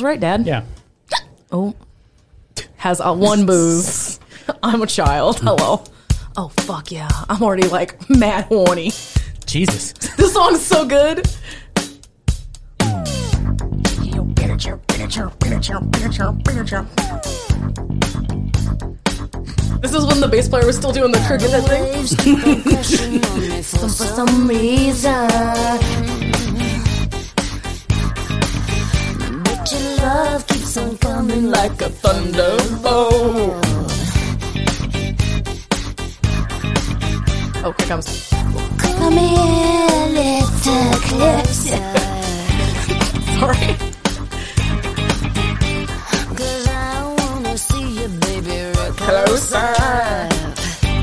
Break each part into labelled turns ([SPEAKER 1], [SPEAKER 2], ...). [SPEAKER 1] right, Dad.
[SPEAKER 2] Yeah.
[SPEAKER 1] Oh, has a one move. I'm a child. Hello. Oh fuck yeah! I'm already like mad horny.
[SPEAKER 2] Jesus.
[SPEAKER 1] This song is so good. You better chirp, better chirp, better chirp, better chirp, better chirp. This is when the bass player was still doing the cricket thing.
[SPEAKER 3] Some
[SPEAKER 1] For some reason,
[SPEAKER 3] love keeps on coming.
[SPEAKER 1] like a thunderbolt. Oh, here comes.
[SPEAKER 3] Come here, little closer.
[SPEAKER 1] Sorry.
[SPEAKER 3] Cause I wanna see you, baby, real
[SPEAKER 1] Closer.
[SPEAKER 3] You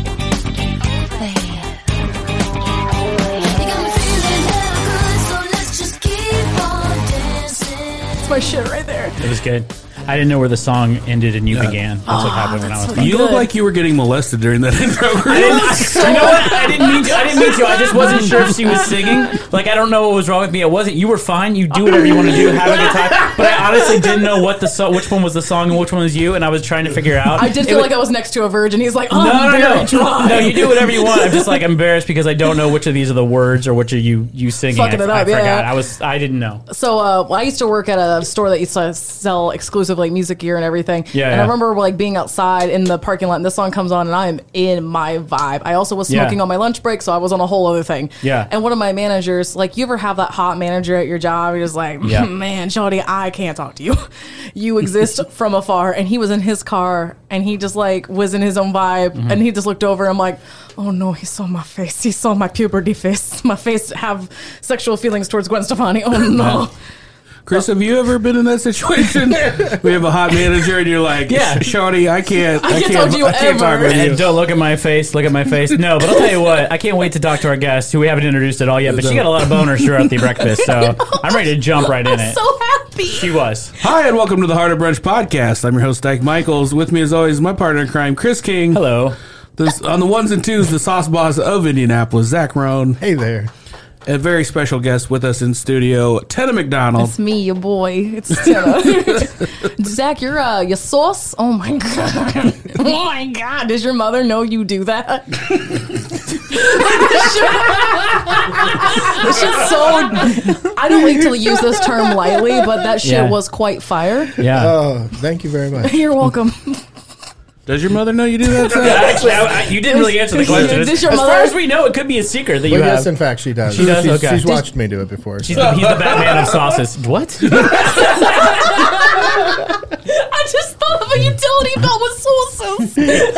[SPEAKER 3] got me feeling hella good, so let's just keep on dancing.
[SPEAKER 1] That's my shit right there.
[SPEAKER 2] It was good. I didn't know where the song ended and you
[SPEAKER 4] Yeah.
[SPEAKER 2] began. That's what happened when I was.
[SPEAKER 1] Ah, what-
[SPEAKER 2] playing.
[SPEAKER 4] You look like you were getting molested during that intro.
[SPEAKER 2] you know what? I didn't mean to. I didn't mean to. I just wasn't sure if she was singing. Like I don't know what was wrong with me. It wasn't. You were fine. You do whatever you want to do. Have a good time. But I honestly didn't know what the so- which one was the song and which one was you. And I was trying to figure out.
[SPEAKER 1] I did feel like I was next to a virgin. He's like, oh,
[SPEAKER 2] No,
[SPEAKER 1] I'm very
[SPEAKER 2] no, no,
[SPEAKER 1] dry.
[SPEAKER 2] no! You do whatever you want. I'm just like embarrassed because I don't know which of these are the words or which are you you singing.
[SPEAKER 1] Fucking
[SPEAKER 2] I,
[SPEAKER 1] it
[SPEAKER 2] I
[SPEAKER 1] up, yeah.
[SPEAKER 2] forgot. I was. I didn't know.
[SPEAKER 1] So uh, well, I used to work at a store that used to sell exclusive like music gear and everything.
[SPEAKER 2] Yeah,
[SPEAKER 1] And
[SPEAKER 2] yeah.
[SPEAKER 1] I remember like being outside in the parking lot, and this song comes on, and I am in my vibe. I also was
[SPEAKER 2] Yeah.
[SPEAKER 1] smoking on my lunch break, so I was on a whole other thing.
[SPEAKER 2] Yeah.
[SPEAKER 1] And one of my managers, like, you ever have that hot manager at your job? You're just like,
[SPEAKER 2] Yeah.
[SPEAKER 1] man, Jody, I can't talk to you. You exist from afar. And he was in his car, and he just like was in his own vibe,
[SPEAKER 2] Mm-hmm.
[SPEAKER 1] and he just looked over. I'm like, oh no, he saw my face. He saw my puberty face. My face have sexual feelings towards Gwen Stefani. Oh no.
[SPEAKER 4] Chris, have you ever been in that situation? we have a hot manager, and you're like,
[SPEAKER 2] Yeah.
[SPEAKER 4] "Yeah, Shorty, I can't, I,
[SPEAKER 1] can't
[SPEAKER 4] can't,
[SPEAKER 1] talk to you
[SPEAKER 4] I can't talk
[SPEAKER 1] ever."
[SPEAKER 4] with you."
[SPEAKER 2] And don't look at my face. Look at my face. No, but I'll tell you what. I can't wait to talk to our guest, who we haven't introduced at all yet. But she got a lot of boners throughout the breakfast, so I'm ready to jump right
[SPEAKER 1] I'm
[SPEAKER 2] in it.
[SPEAKER 1] so happy.
[SPEAKER 2] She was.
[SPEAKER 4] Hi, and welcome to the Heart of Brunch podcast. I'm your host, Dyke Michaels. With me, as always, my partner in crime, Chris King.
[SPEAKER 2] Hello.
[SPEAKER 4] This, on the ones and twos, the sauce boss of Indianapolis, Zach Roan.
[SPEAKER 5] Hey there.
[SPEAKER 4] A very special guest with us in studio, Tedda McDonald.
[SPEAKER 1] It's me, your boy. It's Tana. Zach, your uh, your sauce. Oh my god. Oh my god. Does your mother know you do that? this shit's so. I don't like to use this term lightly, but that shit
[SPEAKER 2] Yeah.
[SPEAKER 1] was quite fire.
[SPEAKER 2] Yeah.
[SPEAKER 5] Oh, thank you very much.
[SPEAKER 1] You're welcome.
[SPEAKER 4] Does your mother know you do that? Zach?
[SPEAKER 2] Actually, I, I, you didn't really answer the question.
[SPEAKER 1] Is this your
[SPEAKER 2] as
[SPEAKER 1] mother?
[SPEAKER 2] far as we know, it could be a secret that you
[SPEAKER 5] But
[SPEAKER 2] have.
[SPEAKER 5] yes, in fact, she does.
[SPEAKER 2] She does?
[SPEAKER 5] She's,
[SPEAKER 2] Okay.
[SPEAKER 5] she's
[SPEAKER 2] Did-
[SPEAKER 5] watched me do it before.
[SPEAKER 2] He's
[SPEAKER 5] so.
[SPEAKER 2] the, he's the Batman of sauces. What?
[SPEAKER 1] I just thought of a utility belt with sauces.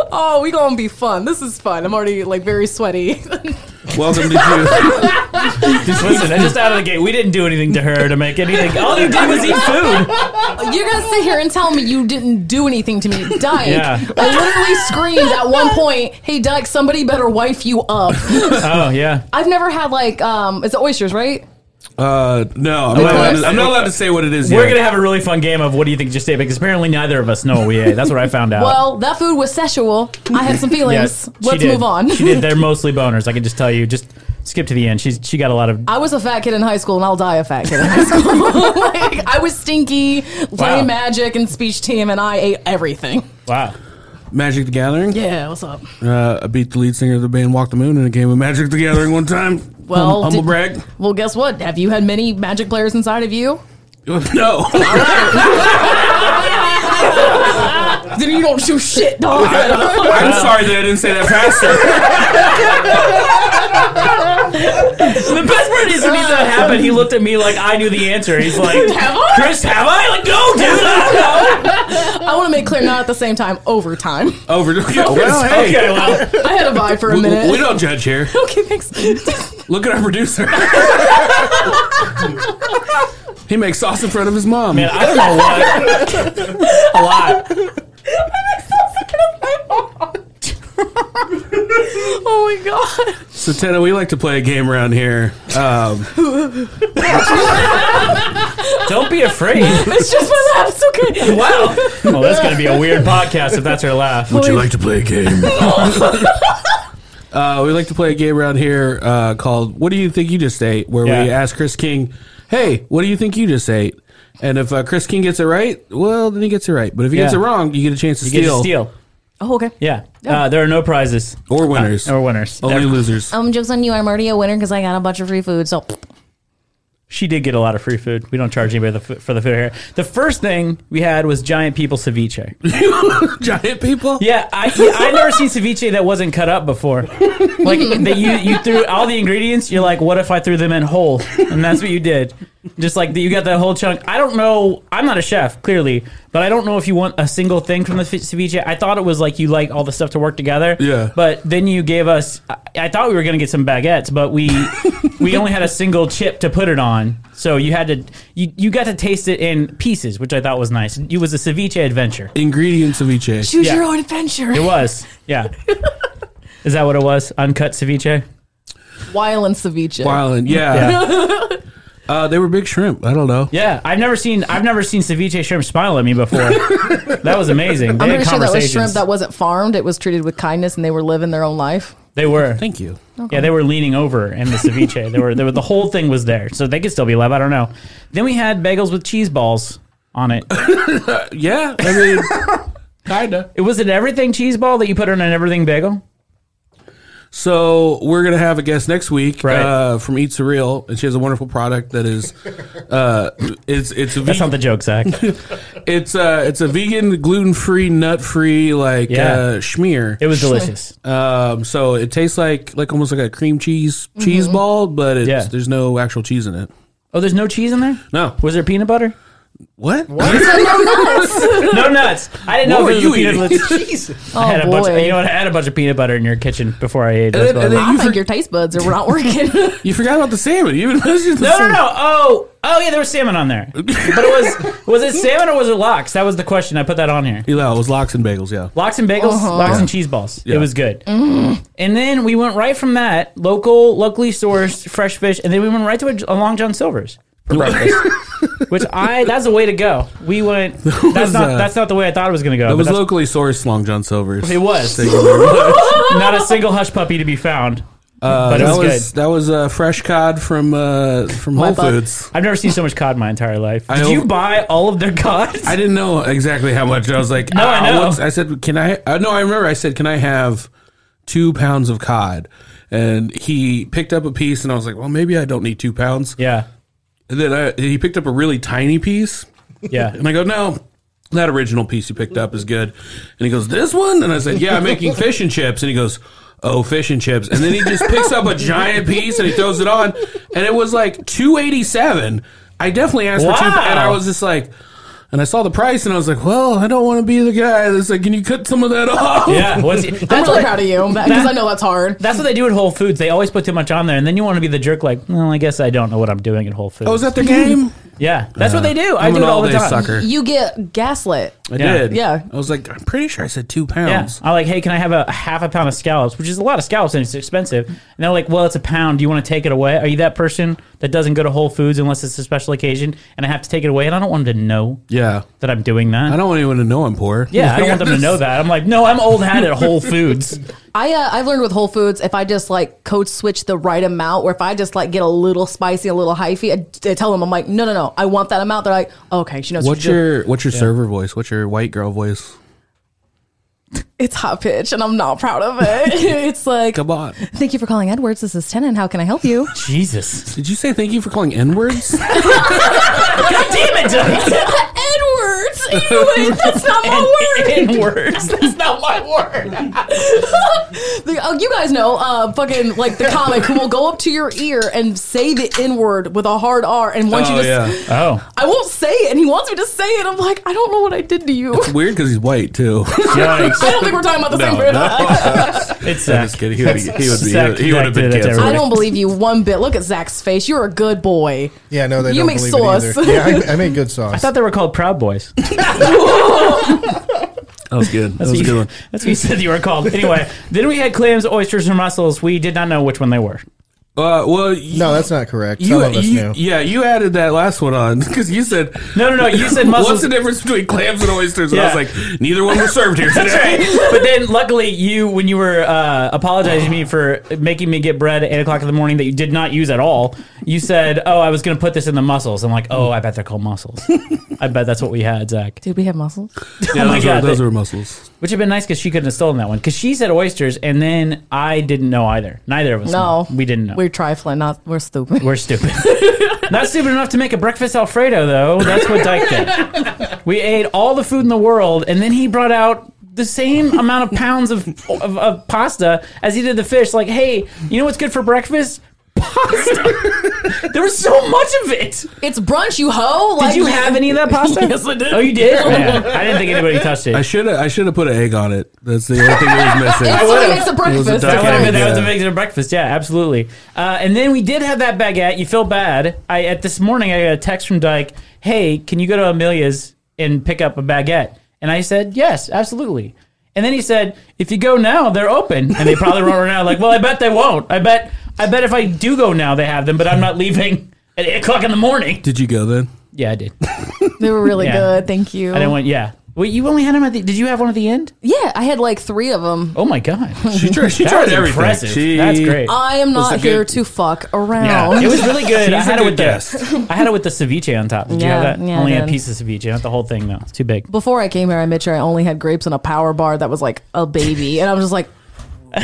[SPEAKER 1] oh, we gonna be fun. This is fun. I'm already like very sweaty.
[SPEAKER 4] Welcome to you.
[SPEAKER 2] just listen. Just out of the gate, we didn't do anything to her to make anything. All you did was eat food.
[SPEAKER 1] You're gonna sit here and tell me you didn't do anything to me, Dyke.
[SPEAKER 2] Yeah.
[SPEAKER 1] I literally screamed at one point, "Hey, Dyke, somebody better wife you up."
[SPEAKER 2] Oh yeah.
[SPEAKER 1] I've never had like, um, it's oysters, right?
[SPEAKER 4] Uh, no, I'm not, allowed to, I'm not allowed to say what it is
[SPEAKER 2] Oh, We're
[SPEAKER 4] yet.
[SPEAKER 2] gonna have a really fun game of what do you think just ate because apparently neither of us know what we ate. That's what I found out.
[SPEAKER 1] Well, that food was sexual. I had some feelings.
[SPEAKER 2] Oh. Yes, she
[SPEAKER 1] Let's
[SPEAKER 2] did.
[SPEAKER 1] move on.
[SPEAKER 2] she did. They're mostly boners. I can just tell you. Just skip to the end. She's she got a lot of.
[SPEAKER 1] I was a fat kid in high school, and I'll die a fat kid in high school. like, I was stinky, playing
[SPEAKER 2] Wow.
[SPEAKER 1] magic and speech team, and I ate everything.
[SPEAKER 2] Wow.
[SPEAKER 4] Magic the Gathering.
[SPEAKER 1] Yeah, what's up?
[SPEAKER 4] Uh, I beat the lead singer of the band Walk the Moon in a game of Magic the Gathering one time.
[SPEAKER 1] Well,
[SPEAKER 4] Hum- humble
[SPEAKER 1] did-
[SPEAKER 4] brag.
[SPEAKER 1] Well, guess what? Have you had many magic players inside of you?
[SPEAKER 4] No,
[SPEAKER 1] Then you don't do shit, dog.
[SPEAKER 4] I'm sorry that I didn't say that faster.
[SPEAKER 2] The best part is when he that happened, he looked at me like I knew the answer. He's like,
[SPEAKER 1] Have I?
[SPEAKER 2] Chris, have I? Like, no, dude, I don't know.
[SPEAKER 1] I want to make clear, not at the same time, overtime.
[SPEAKER 4] Over. well, hey,
[SPEAKER 2] Okay, well,
[SPEAKER 1] I had a vibe for a
[SPEAKER 4] we, we
[SPEAKER 1] minute.
[SPEAKER 4] don't judge here.
[SPEAKER 1] Okay, thanks.
[SPEAKER 4] Look at our producer. he makes sauce in front of his mom.
[SPEAKER 2] man, I don't know what. A lot.
[SPEAKER 1] oh my god.
[SPEAKER 4] So Tana, we like to play a game around here. Um,
[SPEAKER 2] Don't be afraid.
[SPEAKER 1] It's just my laugh. It's okay.
[SPEAKER 2] Wow. Well, that's gonna be a weird podcast if that's her laugh.
[SPEAKER 4] would you like to play a game? Uh, we like to play a game around here uh, called "What do you think you just ate?" Where we
[SPEAKER 2] Yeah.
[SPEAKER 4] ask Chris King, "Hey, what do you think you just ate?" And if uh, Chris King gets it right, well, then he gets it right. But if he gets it
[SPEAKER 2] Yeah.
[SPEAKER 4] wrong, you get a chance to
[SPEAKER 2] You
[SPEAKER 4] steal,
[SPEAKER 2] get to steal.
[SPEAKER 1] Oh, okay.
[SPEAKER 2] Yeah. Uh, there are no prizes
[SPEAKER 4] or winners
[SPEAKER 2] Uh, or winners.
[SPEAKER 4] only
[SPEAKER 2] Ever.
[SPEAKER 4] losers.
[SPEAKER 1] Um, jokes on you. I'm already a winner because I got a bunch of free food. So
[SPEAKER 2] She did get a lot of free food. We don't charge anybody the fu- for the food here. The first thing we had was giant people ceviche.
[SPEAKER 4] Giant people.
[SPEAKER 2] Yeah, I I never seen ceviche that wasn't cut up before. Like that you you threw all the ingredients. You're like, what if I threw them in whole? And that's what you did. Just like that, you got that whole chunk. I don't know. I'm not a chef, clearly, but I don't know if you want a single thing from the fi- ceviche. I thought it was like you like all the stuff to work together.
[SPEAKER 4] Yeah.
[SPEAKER 2] But then you gave us. I, I thought we were gonna get some baguettes, but we we only had a single chip to put it on. So you had to you you got to taste it in pieces, which I thought was nice. It was a ceviche adventure.
[SPEAKER 4] Ingredients of each. egg.
[SPEAKER 1] choose
[SPEAKER 2] Yeah.
[SPEAKER 1] your own adventure.
[SPEAKER 2] It was. Yeah. Is that what it was? Uncut ceviche?
[SPEAKER 1] While in ceviche.
[SPEAKER 4] Wildin', yeah. Uh, they were big shrimp. I don't know.
[SPEAKER 2] Yeah. I've never seen I've never seen ceviche shrimp smile at me before. that was amazing. They
[SPEAKER 1] I'm
[SPEAKER 2] had
[SPEAKER 1] pretty sure that was
[SPEAKER 2] conversations.
[SPEAKER 1] shrimp that wasn't farmed. It was treated with kindness, and they were living their own life.
[SPEAKER 2] they were.
[SPEAKER 4] Thank you.
[SPEAKER 2] Yeah, they were leaning over in the ceviche. they were they were the whole thing was there. So they could still be alive. I don't know. Then we had bagels with cheese balls on it.
[SPEAKER 4] Yeah, I mean, kinda.
[SPEAKER 2] It was an everything cheese ball that you put on an everything bagel?
[SPEAKER 4] So we're gonna have a guest next week
[SPEAKER 2] Right.
[SPEAKER 4] uh, from Eat Surreal, and she has a wonderful product that is, uh, it's it's a
[SPEAKER 2] That's not
[SPEAKER 4] vegan,
[SPEAKER 2] the joke, Zach.
[SPEAKER 4] it's uh it's a vegan, gluten free, nut free like
[SPEAKER 2] Yeah.
[SPEAKER 4] uh, schmear.
[SPEAKER 2] It was delicious.
[SPEAKER 4] Um, so it tastes like like almost like a cream cheese cheese ball, but it's,
[SPEAKER 2] Yeah.
[SPEAKER 4] there's no actual cheese in it.
[SPEAKER 2] Oh, there's no cheese in there?
[SPEAKER 4] No,
[SPEAKER 2] Was there peanut butter?
[SPEAKER 4] what?
[SPEAKER 2] No nuts. I didn't know
[SPEAKER 4] What
[SPEAKER 2] if it
[SPEAKER 4] were
[SPEAKER 2] was
[SPEAKER 4] you
[SPEAKER 2] peanut butter.
[SPEAKER 1] Oh
[SPEAKER 2] I had a
[SPEAKER 1] boy!
[SPEAKER 2] bunch of, you know what? I had a bunch of peanut butter in your kitchen before I ate. That's
[SPEAKER 4] then-
[SPEAKER 2] what
[SPEAKER 4] and
[SPEAKER 2] I-
[SPEAKER 4] then
[SPEAKER 1] I
[SPEAKER 4] You
[SPEAKER 1] think
[SPEAKER 4] for-
[SPEAKER 1] your taste buds are not working.
[SPEAKER 4] You forgot about the salmon. You even mentioned the
[SPEAKER 2] no, no,
[SPEAKER 4] salmon.
[SPEAKER 2] no. Oh, oh yeah, there was salmon on there. But it was was it salmon or was it lox? That was the question. I put that on here.
[SPEAKER 4] Yeah, it was lox and bagels. Yeah,
[SPEAKER 2] Lox and bagels,
[SPEAKER 1] Uh-huh.
[SPEAKER 2] lox
[SPEAKER 4] Yeah.
[SPEAKER 2] and cheese balls.
[SPEAKER 4] Yeah.
[SPEAKER 2] It was good.
[SPEAKER 1] Mm.
[SPEAKER 2] And then we went right from that local, locally sourced fresh fish, and then we went right to a, a Long John Silver's. For breakfast, which I that's the way to go. We went. That's
[SPEAKER 4] was,
[SPEAKER 2] not
[SPEAKER 4] uh,
[SPEAKER 2] that's not the way I thought it was going to go.
[SPEAKER 4] it
[SPEAKER 2] but
[SPEAKER 4] was
[SPEAKER 2] that's-
[SPEAKER 4] locally sourced Long John Silver's.
[SPEAKER 2] It was
[SPEAKER 4] Thank you very much.
[SPEAKER 2] not a single hush puppy to be found.
[SPEAKER 4] Uh,
[SPEAKER 2] but it
[SPEAKER 4] that
[SPEAKER 2] was, good.
[SPEAKER 4] that was uh, fresh cod from uh, from Whole
[SPEAKER 1] butt.
[SPEAKER 4] Foods.
[SPEAKER 2] I've never seen so much cod in my entire life. Did
[SPEAKER 4] I
[SPEAKER 2] you
[SPEAKER 4] over-
[SPEAKER 2] buy all of their cods?
[SPEAKER 4] I didn't know exactly how much. I was like,
[SPEAKER 2] No, I
[SPEAKER 4] "Ah,"
[SPEAKER 2] know.
[SPEAKER 4] I said, "Can I?" Uh, no, I remember. I said, "Can I have two pounds of cod?" And he picked up a piece, and I was like, "Well, maybe I don't need two pounds."
[SPEAKER 2] yeah,
[SPEAKER 4] And then I, he picked up a really tiny piece,
[SPEAKER 2] yeah.
[SPEAKER 4] and I go, "No." That original piece you picked up is good. And he goes, This one? And I said, Yeah, I'm making fish and chips. And he goes, Oh, fish and chips. And then he just picks up a giant piece and he throws it on. And it was like 287 I definitely asked for two.
[SPEAKER 2] Wow.
[SPEAKER 4] And I was just like, and I saw the price and I was like, Well, I don't want to be the guy that's like, Can you cut some of that off?
[SPEAKER 2] Yeah, what's it-
[SPEAKER 1] I'm
[SPEAKER 2] that's,
[SPEAKER 1] really
[SPEAKER 2] what,
[SPEAKER 1] proud of you because I know that's hard.
[SPEAKER 2] that's what they do at Whole Foods. They always put too much on there, and then you want to be the jerk, like, well, I guess I don't know what I'm doing at Whole Foods.
[SPEAKER 4] Oh, is that the game?
[SPEAKER 2] yeah, that's what they do. I
[SPEAKER 4] I'm
[SPEAKER 2] do
[SPEAKER 4] an
[SPEAKER 2] it all the
[SPEAKER 4] all-day
[SPEAKER 2] time.
[SPEAKER 4] sucker.
[SPEAKER 1] You get gaslit.
[SPEAKER 4] I
[SPEAKER 2] Yeah.
[SPEAKER 4] did.
[SPEAKER 1] Yeah.
[SPEAKER 4] I was like, I'm pretty sure I said two
[SPEAKER 2] Yeah,
[SPEAKER 4] pounds.
[SPEAKER 2] I like, hey, can I have a, a half a pound of scallops, which is a lot of scallops and it's expensive. And they're like, well, it's a pound. Do you want to take it away? Are you that person that doesn't go to Whole Foods unless it's a special occasion and I have to take it away? And I don't want them to know
[SPEAKER 4] Yeah.
[SPEAKER 2] that I'm doing that.
[SPEAKER 4] I don't want anyone to know I'm poor.
[SPEAKER 2] yeah, I don't want them to know that. I'm like, no, I'm old hat at Whole Foods.
[SPEAKER 1] I uh, I've learned with Whole Foods if I just like code switch the right amount, or if I just like get a little spicy, a little hyphy, I, I tell them I'm like, no, no, no, I want that amount. They're like, okay, she knows what
[SPEAKER 4] What's
[SPEAKER 1] you're.
[SPEAKER 4] your what's your server voice? What's your white girl voice?
[SPEAKER 1] It's hot pitch, and I'm not proud of it. it's like,
[SPEAKER 4] Come on.
[SPEAKER 1] thank you for calling Edwards. This is Tennant. How can I help you?
[SPEAKER 2] Jesus.
[SPEAKER 4] Did you say thank you for calling N words?
[SPEAKER 2] God damn it, Doug.
[SPEAKER 1] Edwards, Ew, that's not my word.
[SPEAKER 2] In words. That's not my word.
[SPEAKER 1] The- oh, you guys know, uh, fucking like the comic who will go up to your ear and say the N word with a hard R, and once you just,
[SPEAKER 2] Oh.
[SPEAKER 1] I won't say it, and he wants me to say it. I'm like, I don't know what I did to you.
[SPEAKER 4] It's weird because he's white too.
[SPEAKER 1] I don't think we're talking about the same person.
[SPEAKER 2] It's uh,
[SPEAKER 4] I'm
[SPEAKER 2] Zach.
[SPEAKER 4] just kidding. He would, be, he would, be,
[SPEAKER 2] Zach
[SPEAKER 4] he would have been
[SPEAKER 2] did it to
[SPEAKER 4] canceled.
[SPEAKER 1] I
[SPEAKER 2] everybody.
[SPEAKER 1] don't believe you one bit. Look at Zach's face. You're a good boy.
[SPEAKER 5] Yeah, no, they
[SPEAKER 1] You
[SPEAKER 5] don't
[SPEAKER 1] make
[SPEAKER 5] believe
[SPEAKER 1] sauce.
[SPEAKER 5] it either. Yeah, I, I make good sauce.
[SPEAKER 2] I thought they were called Proud Boys. That's,
[SPEAKER 4] That was good. That was
[SPEAKER 2] what
[SPEAKER 4] a
[SPEAKER 2] you-
[SPEAKER 4] good one.
[SPEAKER 2] That's what you said you were called. Anyway, then we had clams, oysters, and mussels. We did not know which one they were.
[SPEAKER 4] Uh, well, you,
[SPEAKER 5] No, that's not correct.
[SPEAKER 4] you,
[SPEAKER 5] Some of us
[SPEAKER 4] you-
[SPEAKER 5] knew.
[SPEAKER 4] yeah, you added that last one on because you said
[SPEAKER 2] No, no, no. You said
[SPEAKER 4] What's
[SPEAKER 2] mussels.
[SPEAKER 4] the difference between clams and oysters? And I
[SPEAKER 2] Yeah.
[SPEAKER 4] was like, neither one was served here
[SPEAKER 2] That's
[SPEAKER 4] today.
[SPEAKER 2] right. But then, luckily, you when you were uh, apologizing to me for making me get bread at eight o'clock in the morning that you did not use at all, you said, "Oh, I was going to put this in the mussels." I'm like, "Oh, I bet they're called mussels. I bet that's what we had, Zach."
[SPEAKER 1] Did we have mussels?
[SPEAKER 4] Yeah,
[SPEAKER 2] Oh my
[SPEAKER 4] those,
[SPEAKER 2] God,
[SPEAKER 4] are, those
[SPEAKER 2] they-
[SPEAKER 4] are mussels.
[SPEAKER 2] Which would have been nice because she couldn't have stolen that one because she said oysters, and then I didn't know either. Neither of us.
[SPEAKER 1] No,
[SPEAKER 2] knew. we didn't know.
[SPEAKER 1] We're trifling. Not we're stupid.
[SPEAKER 2] We're stupid. Not stupid enough to make a breakfast Alfredo, though. That's what Dyke did. We ate all the food in the world, and then he brought out the same amount of pounds of, of, of pasta as he did the fish. Like, hey, you know what's good for breakfast? Pasta. there was so much of it.
[SPEAKER 1] it's brunch, you hoe.
[SPEAKER 2] Did you have any of that pasta?
[SPEAKER 1] Yes, I did.
[SPEAKER 2] Oh, you did? Man, I didn't think anybody touched it.
[SPEAKER 4] I should have. I should have put an egg on it. That's the only thing that was missing.
[SPEAKER 1] It's
[SPEAKER 2] would've.
[SPEAKER 1] what makes a
[SPEAKER 4] It was a
[SPEAKER 1] breakfast.
[SPEAKER 4] duck
[SPEAKER 2] That would have been
[SPEAKER 4] egg.
[SPEAKER 2] that was
[SPEAKER 4] Yeah.
[SPEAKER 2] amazing for breakfast. Yeah, absolutely. Uh, and then we did have that baguette. You feel bad. I at this morning I got a text from Dyke. Hey, can you go to Amelia's and pick up a baguette? And I said yes, absolutely. And then he said, if you go now, they're open, and they probably won't run out. Like, well, I bet they won't. I bet I bet if I do go now, they have them, but I'm not leaving at eight o'clock in the morning.
[SPEAKER 4] Did you go then?
[SPEAKER 2] Yeah, I did. I
[SPEAKER 1] They were really
[SPEAKER 2] Yeah.
[SPEAKER 1] good. Thank you.
[SPEAKER 2] didn't want. Yeah. Wait, you only had them at the? Did you have one at the end?
[SPEAKER 1] yeah, I had like three of them.
[SPEAKER 2] Oh my god.
[SPEAKER 4] She tried. She
[SPEAKER 2] That
[SPEAKER 4] tried
[SPEAKER 2] was
[SPEAKER 4] everything.
[SPEAKER 2] impressive.
[SPEAKER 4] She-
[SPEAKER 2] That's great.
[SPEAKER 1] I am
[SPEAKER 4] Was
[SPEAKER 1] not
[SPEAKER 4] it
[SPEAKER 1] here
[SPEAKER 4] good?
[SPEAKER 1] to fuck
[SPEAKER 2] Yeah,
[SPEAKER 1] around.
[SPEAKER 2] it was really Oh. good. I
[SPEAKER 4] She's a
[SPEAKER 2] had it
[SPEAKER 4] good
[SPEAKER 2] with
[SPEAKER 4] guest.
[SPEAKER 2] the I had it with the ceviche on top. Did you
[SPEAKER 1] Yeah,
[SPEAKER 2] have that?
[SPEAKER 1] yeah, I
[SPEAKER 2] Only a
[SPEAKER 1] did.
[SPEAKER 2] piece of ceviche, not the whole thing though. It's too big.
[SPEAKER 1] Before I came here, I made sure I only had grapes and a power bar that was like a baby, and I'm just like,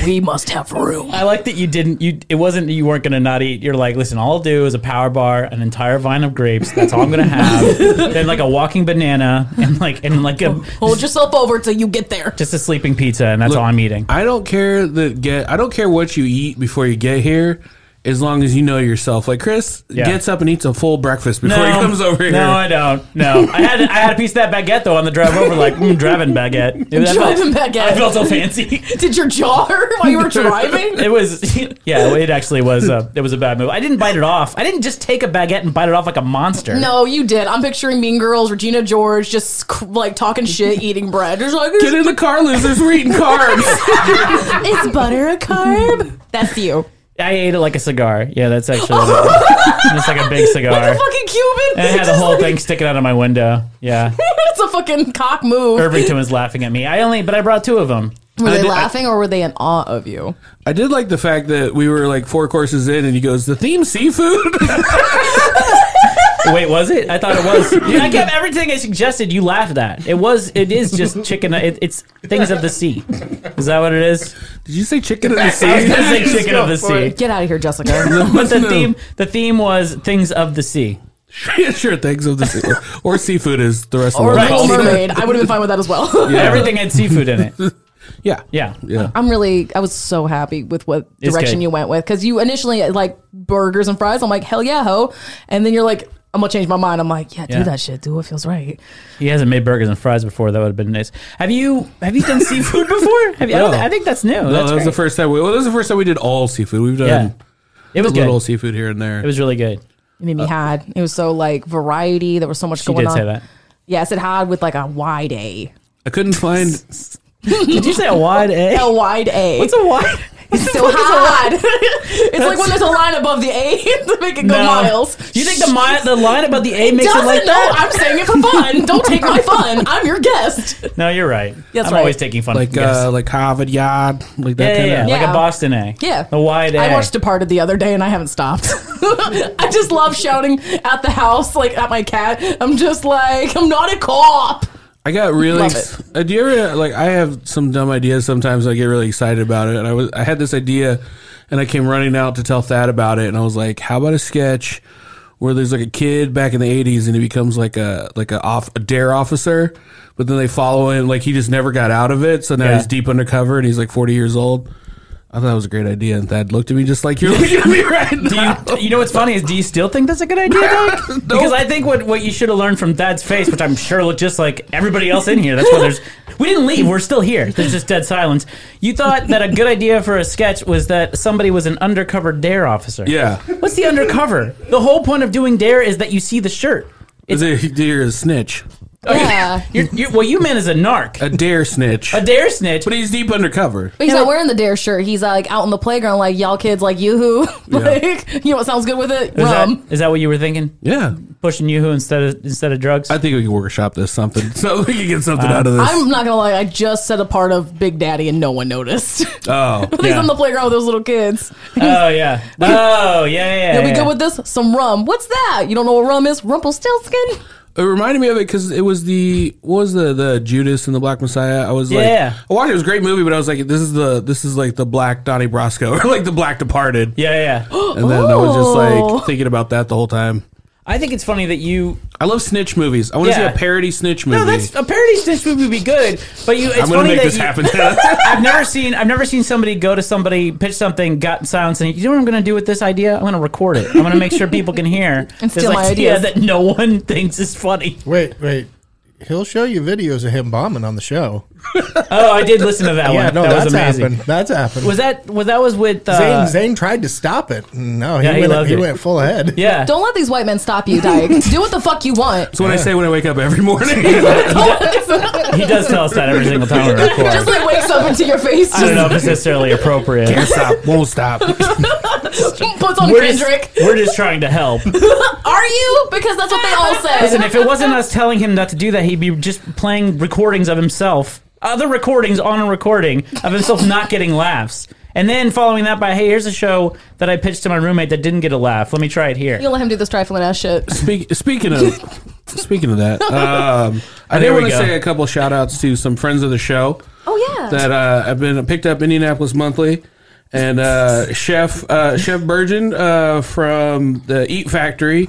[SPEAKER 1] we must have room.
[SPEAKER 2] I like that you didn't. You it wasn't that you weren't gonna not eat. You're like, listen, all I'll do is a power bar, an entire vine of grapes. That's all I'm gonna have. then like a walking banana and like and like a
[SPEAKER 1] Hold yourself over till you get there.
[SPEAKER 2] just a sleeping pizza, and that's
[SPEAKER 4] Look,
[SPEAKER 2] all I'm eating.
[SPEAKER 4] I don't care that get. I don't care what you eat before you get here, as long as you know yourself. Like Chris
[SPEAKER 2] Yeah.
[SPEAKER 4] gets up and eats a full breakfast before he comes over here.
[SPEAKER 2] No, I don't. No, I had I had a piece of that baguette though on the drive over. Like mm, driving baguette. That felt-
[SPEAKER 1] Driving baguette.
[SPEAKER 2] I felt so fancy.
[SPEAKER 1] Did your jaw hurt while you were driving?
[SPEAKER 2] It was, yeah. It actually was. A, it was a bad move. I didn't bite it off. I didn't just take a baguette and bite it off like a monster.
[SPEAKER 1] No, you did. I'm picturing Mean Girls, Regina George, just c- like talking shit, eating bread. Just like,
[SPEAKER 4] Get in the car, losers. We're eating carbs.
[SPEAKER 1] is butter a carb? That's you.
[SPEAKER 2] I ate it like a cigar. Yeah, that's actually what it was. just like a big cigar.
[SPEAKER 1] Fucking Cuban.
[SPEAKER 2] And I had the
[SPEAKER 1] Just
[SPEAKER 2] whole
[SPEAKER 1] like-
[SPEAKER 2] thing sticking out of my window. Yeah,
[SPEAKER 1] it's a fucking cock move.
[SPEAKER 2] Irvington was laughing at me. I only, but Er, I brought two of them.
[SPEAKER 1] Were
[SPEAKER 4] I
[SPEAKER 1] they
[SPEAKER 4] did- I-
[SPEAKER 1] laughing or were they in awe of you?
[SPEAKER 4] I did like the fact that we were like four courses in, and he goes, "The theme seafood."
[SPEAKER 2] Wait, was it? I thought it was. I kept everything I suggested. You laughed at. It was. It is just chicken. It, it's things of the sea. Is that what it is?
[SPEAKER 4] Did you say chicken in the sea?
[SPEAKER 2] I was gonna say chicken of the sea.
[SPEAKER 1] Get out of here, Jessica.
[SPEAKER 2] But the theme, the theme was things of the sea.
[SPEAKER 4] sure, things of the sea. Or seafood is the rest
[SPEAKER 1] or
[SPEAKER 4] of the
[SPEAKER 1] Little
[SPEAKER 4] world.
[SPEAKER 1] Mermaid. I would have been fine with that as well.
[SPEAKER 2] Everything had seafood in it.
[SPEAKER 4] Yeah.
[SPEAKER 2] Yeah. Oh,
[SPEAKER 4] Yeah.
[SPEAKER 1] I'm really, I was so happy with what
[SPEAKER 2] It's
[SPEAKER 1] direction
[SPEAKER 2] good.
[SPEAKER 1] you went with because you initially like burgers and fries. I'm like, hell yeah, ho. And then you're like, I'm gonna change my mind. I'm like, yeah, do
[SPEAKER 2] Yeah.
[SPEAKER 1] that shit. Do what feels right.
[SPEAKER 2] He hasn't made burgers and fries before. That would have been nice. Have you have you done seafood before? Have you, I, don't-
[SPEAKER 4] No.
[SPEAKER 2] I think that's new.
[SPEAKER 4] No,
[SPEAKER 2] that's
[SPEAKER 4] that was the
[SPEAKER 2] great.
[SPEAKER 4] first time. We, well, that was the first time we did all seafood. We've done
[SPEAKER 2] Yeah. It was
[SPEAKER 4] a little
[SPEAKER 2] good.
[SPEAKER 4] seafood here and there.
[SPEAKER 2] It was really good.
[SPEAKER 1] It made me had. It was so like variety. There was so much
[SPEAKER 2] She
[SPEAKER 1] going
[SPEAKER 2] did
[SPEAKER 1] on.
[SPEAKER 2] say that.
[SPEAKER 1] Yeah, I said had with like a wide A.
[SPEAKER 4] I couldn't find.
[SPEAKER 2] Did you say a wide egg?
[SPEAKER 1] A wide A.
[SPEAKER 2] What's a wide?
[SPEAKER 1] It's so hard. it's like when there's a line above the A to make it go miles.
[SPEAKER 2] You think the mi- the line about the A makes it
[SPEAKER 1] Doesn't
[SPEAKER 2] like
[SPEAKER 1] know
[SPEAKER 2] that?
[SPEAKER 1] I'm saying it for fun. Don't take my fun. I'm your guest.
[SPEAKER 2] No, you're right.
[SPEAKER 1] That's
[SPEAKER 2] I'm
[SPEAKER 1] right.
[SPEAKER 2] always taking fun.
[SPEAKER 4] Like
[SPEAKER 2] Yes.
[SPEAKER 4] uh, like Harvard Yard, like that
[SPEAKER 2] yeah, yeah,
[SPEAKER 4] kind
[SPEAKER 2] yeah,
[SPEAKER 4] of.
[SPEAKER 2] like a
[SPEAKER 1] Yeah.
[SPEAKER 2] Boston A.
[SPEAKER 1] Yeah.
[SPEAKER 2] the wide A.
[SPEAKER 1] I watched Departed the other day and I haven't stopped. I just love shouting at the house, like at my cat. I'm just like, I'm not a cop.
[SPEAKER 4] I got really.
[SPEAKER 1] Love
[SPEAKER 4] ex- uh, do you ever like? I have some dumb ideas sometimes. I get really excited about it, and I was I had this idea, and I came running out to tell Thad about it, and I was like, "How about a sketch where there's like a kid back in the '80s, and he becomes like a like a off a dare officer, but then they follow him like he just never got out of it, so now
[SPEAKER 2] Yeah.
[SPEAKER 4] he's deep undercover, and he's like 40 years old." I thought it was a great idea, and Thad looked at me just like you're looking at me right
[SPEAKER 2] Do
[SPEAKER 4] now.
[SPEAKER 2] you, you know what's funny is do you still think that's a good idea, Doug? Because I think what, what you should have learned from Dad's face, which I'm sure looked just like everybody else in here. That's why there's we didn't leave. We're still here. There's just dead silence. You thought that a good idea for a sketch was that somebody was an undercover dare officer.
[SPEAKER 4] yeah,
[SPEAKER 2] What's the undercover? The whole point of doing dare is that you see the shirt.
[SPEAKER 4] it's a, you're a snitch.
[SPEAKER 2] yeah. You're, you well, you man is a narc,
[SPEAKER 4] A dare snitch.
[SPEAKER 2] a dare snitch.
[SPEAKER 4] but he's deep undercover.
[SPEAKER 1] But he's not wearing the dare shirt. He's like out on the playground, like y'all kids, like yoo-hoo. like you know what sounds good with it?
[SPEAKER 2] Is that,
[SPEAKER 1] Rum.
[SPEAKER 2] is that what you were thinking?
[SPEAKER 4] Yeah.
[SPEAKER 2] Pushing yoo-hoo instead of instead of drugs?
[SPEAKER 4] I think we can workshop this something. So we can get something out of this.
[SPEAKER 1] I'm not gonna lie. I just said a part of Big Daddy, and no one noticed.
[SPEAKER 4] oh.
[SPEAKER 1] He's
[SPEAKER 2] Yeah.
[SPEAKER 1] on the playground with those little kids.
[SPEAKER 2] oh yeah. Oh yeah. Yeah.
[SPEAKER 1] You'll be
[SPEAKER 2] yeah.
[SPEAKER 1] good with this. Some rum. What's that? You don't know what rum is? Rumpelstiltskin.
[SPEAKER 4] It reminded me of it because it was the what was the the Judas and the Black Messiah. I was
[SPEAKER 2] Yeah.
[SPEAKER 4] like, I watched it. It was a great movie, but I was like, this is the this is like the Black Donnie Brasco or like the Black Departed.
[SPEAKER 2] Yeah. Yeah.
[SPEAKER 4] And then I was just
[SPEAKER 1] Oh.
[SPEAKER 4] like thinking about that the whole time.
[SPEAKER 2] I think it's funny that you.
[SPEAKER 4] I love snitch movies. I want to
[SPEAKER 2] Yeah.
[SPEAKER 4] see a parody snitch movie.
[SPEAKER 2] No, that's a parody snitch movie would be good, but you. It's
[SPEAKER 4] I'm gonna
[SPEAKER 2] funny
[SPEAKER 4] make
[SPEAKER 2] that
[SPEAKER 4] this
[SPEAKER 2] you-
[SPEAKER 4] happen.
[SPEAKER 2] I've never seen I've never seen somebody go to somebody pitch something, got silence, and you know what I'm going to do with this idea? I'm going to record it. I'm going to make sure people can hear
[SPEAKER 1] And
[SPEAKER 2] this
[SPEAKER 1] steal my
[SPEAKER 2] idea
[SPEAKER 1] ideas.
[SPEAKER 2] that no one thinks is funny.
[SPEAKER 5] Wait, wait. He'll show you videos of him bombing on the show.
[SPEAKER 2] Oh, I did listen to that
[SPEAKER 5] yeah,
[SPEAKER 2] one.
[SPEAKER 5] no,
[SPEAKER 2] that
[SPEAKER 5] that's
[SPEAKER 2] was amazing.
[SPEAKER 5] happened. That's happened.
[SPEAKER 2] Was that was that was with uh,
[SPEAKER 5] Zane, Zane tried to stop it. No, he,
[SPEAKER 2] Yeah, he
[SPEAKER 5] went,
[SPEAKER 2] loved
[SPEAKER 5] he
[SPEAKER 2] it.
[SPEAKER 5] went full ahead.
[SPEAKER 2] Yeah,
[SPEAKER 1] Don't let these white men stop you, Dyke. Do what the fuck you want.
[SPEAKER 4] That's what I say when I wake up every morning.
[SPEAKER 2] he does tell us that every single time we record.
[SPEAKER 1] Just like wakes up into your face.
[SPEAKER 2] I don't know if
[SPEAKER 1] Just
[SPEAKER 2] it's necessarily appropriate.
[SPEAKER 4] stop, won't stop.
[SPEAKER 1] puts on
[SPEAKER 2] We're just,
[SPEAKER 1] Kendrick.
[SPEAKER 2] we're just trying to help.
[SPEAKER 1] Are you? Because that's what they all say.
[SPEAKER 2] Listen, if it wasn't us telling him not to do that, he'd be just playing recordings of himself, other recordings on a recording of himself not getting laughs. And then following that by, hey, here's a show that I pitched to my roommate that didn't get a laugh. Let me try it here.
[SPEAKER 1] you let him do this trifling ass shit.
[SPEAKER 4] Speak, speaking of speaking of that, um, I did
[SPEAKER 2] There we
[SPEAKER 4] want to
[SPEAKER 2] go.
[SPEAKER 4] say a couple shout outs to some friends of the show.
[SPEAKER 1] Oh yeah.
[SPEAKER 4] that uh, I've been picked up Indianapolis Monthly, and uh, Chef uh, Chef Burgeon uh, from the Eat Factory,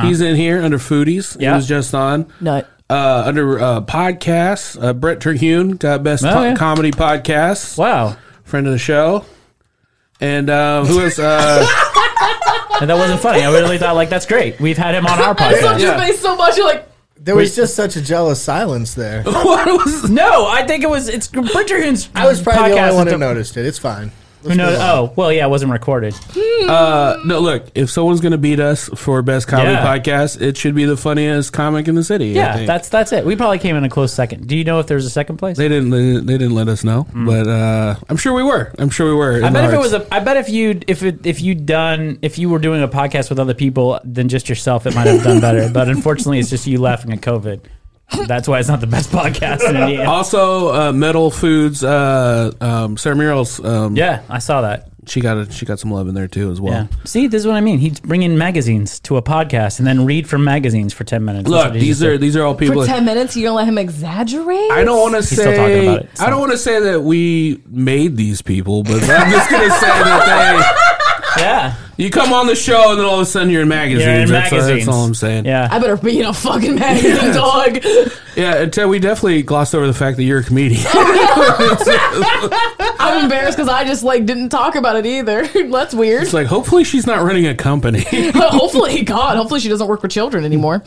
[SPEAKER 4] he's in here under Foodies. He
[SPEAKER 2] Yeah.
[SPEAKER 4] was just on.
[SPEAKER 1] Nut.
[SPEAKER 4] Uh, under uh, podcasts, uh, Brett Terhune got best
[SPEAKER 2] Oh,
[SPEAKER 4] po-
[SPEAKER 2] yeah.
[SPEAKER 4] comedy podcast,
[SPEAKER 2] Wow.
[SPEAKER 4] friend of the show, and uh, who else? Uh,
[SPEAKER 2] And that wasn't funny. I really thought, like, that's great. We've had him on our
[SPEAKER 1] I saw
[SPEAKER 2] podcast.
[SPEAKER 1] your
[SPEAKER 4] Yeah.
[SPEAKER 1] face so much. You're like,
[SPEAKER 5] There was just such a jealous silence there.
[SPEAKER 4] what was?
[SPEAKER 2] No, I think it was, it's Bridger Hoon's
[SPEAKER 5] I was probably the only one who
[SPEAKER 2] know.
[SPEAKER 5] noticed it. It's fine.
[SPEAKER 2] Who knows? Oh, well, yeah, it wasn't recorded.
[SPEAKER 4] Uh, no, look. If someone's gonna beat us for best comedy
[SPEAKER 2] Yeah.
[SPEAKER 4] podcast, it should be the funniest comic in the city. I
[SPEAKER 2] Yeah,
[SPEAKER 4] think.
[SPEAKER 2] that's that's it. We probably came in a close second. Do you know if there's a second place?
[SPEAKER 4] They didn't. They didn't- they didn't let us know, but uh, I'm sure we were. I'm sure we were.
[SPEAKER 2] Hmm. I bet if it was a, I bet if you if it, if you done if you were doing a podcast with other people than just yourself, it might have done better. but unfortunately, it's just you laughing at COVID. That's why it's not the best podcast in Indiana.
[SPEAKER 4] also uh, Metal Foods. Uh, um, Sarah Murals. Um,
[SPEAKER 2] Yeah, I saw that.
[SPEAKER 4] she got a, she got some love in there too as
[SPEAKER 2] Yeah.
[SPEAKER 4] well.
[SPEAKER 2] See, this is what I mean. He'd bring in magazines to a podcast and then read from magazines for ten minutes. That's
[SPEAKER 4] Look,
[SPEAKER 2] what he
[SPEAKER 4] these
[SPEAKER 2] just
[SPEAKER 4] are
[SPEAKER 2] did.
[SPEAKER 4] these are all people.
[SPEAKER 1] for
[SPEAKER 4] that-
[SPEAKER 1] ten minutes, you're gonna let him exaggerate?
[SPEAKER 4] I don't want to
[SPEAKER 2] still talking
[SPEAKER 4] say.
[SPEAKER 2] about it, so.
[SPEAKER 4] I don't want to say that we made these people, but I'm just gonna say that
[SPEAKER 2] yeah,
[SPEAKER 4] they. You come on the show and then all of a sudden you're in magazines.
[SPEAKER 2] You're in
[SPEAKER 4] that's, all-
[SPEAKER 2] magazines.
[SPEAKER 4] that's all I'm saying.
[SPEAKER 2] yeah.
[SPEAKER 1] I better be in a fucking magazine, dog.
[SPEAKER 4] yeah. And Ted, we definitely glossed over the fact that you're a comedian.
[SPEAKER 1] I'm embarrassed because I just like didn't talk about it either. That's weird.
[SPEAKER 4] it's like hopefully she's not running a company.
[SPEAKER 1] hopefully, God, hopefully she doesn't work with children anymore.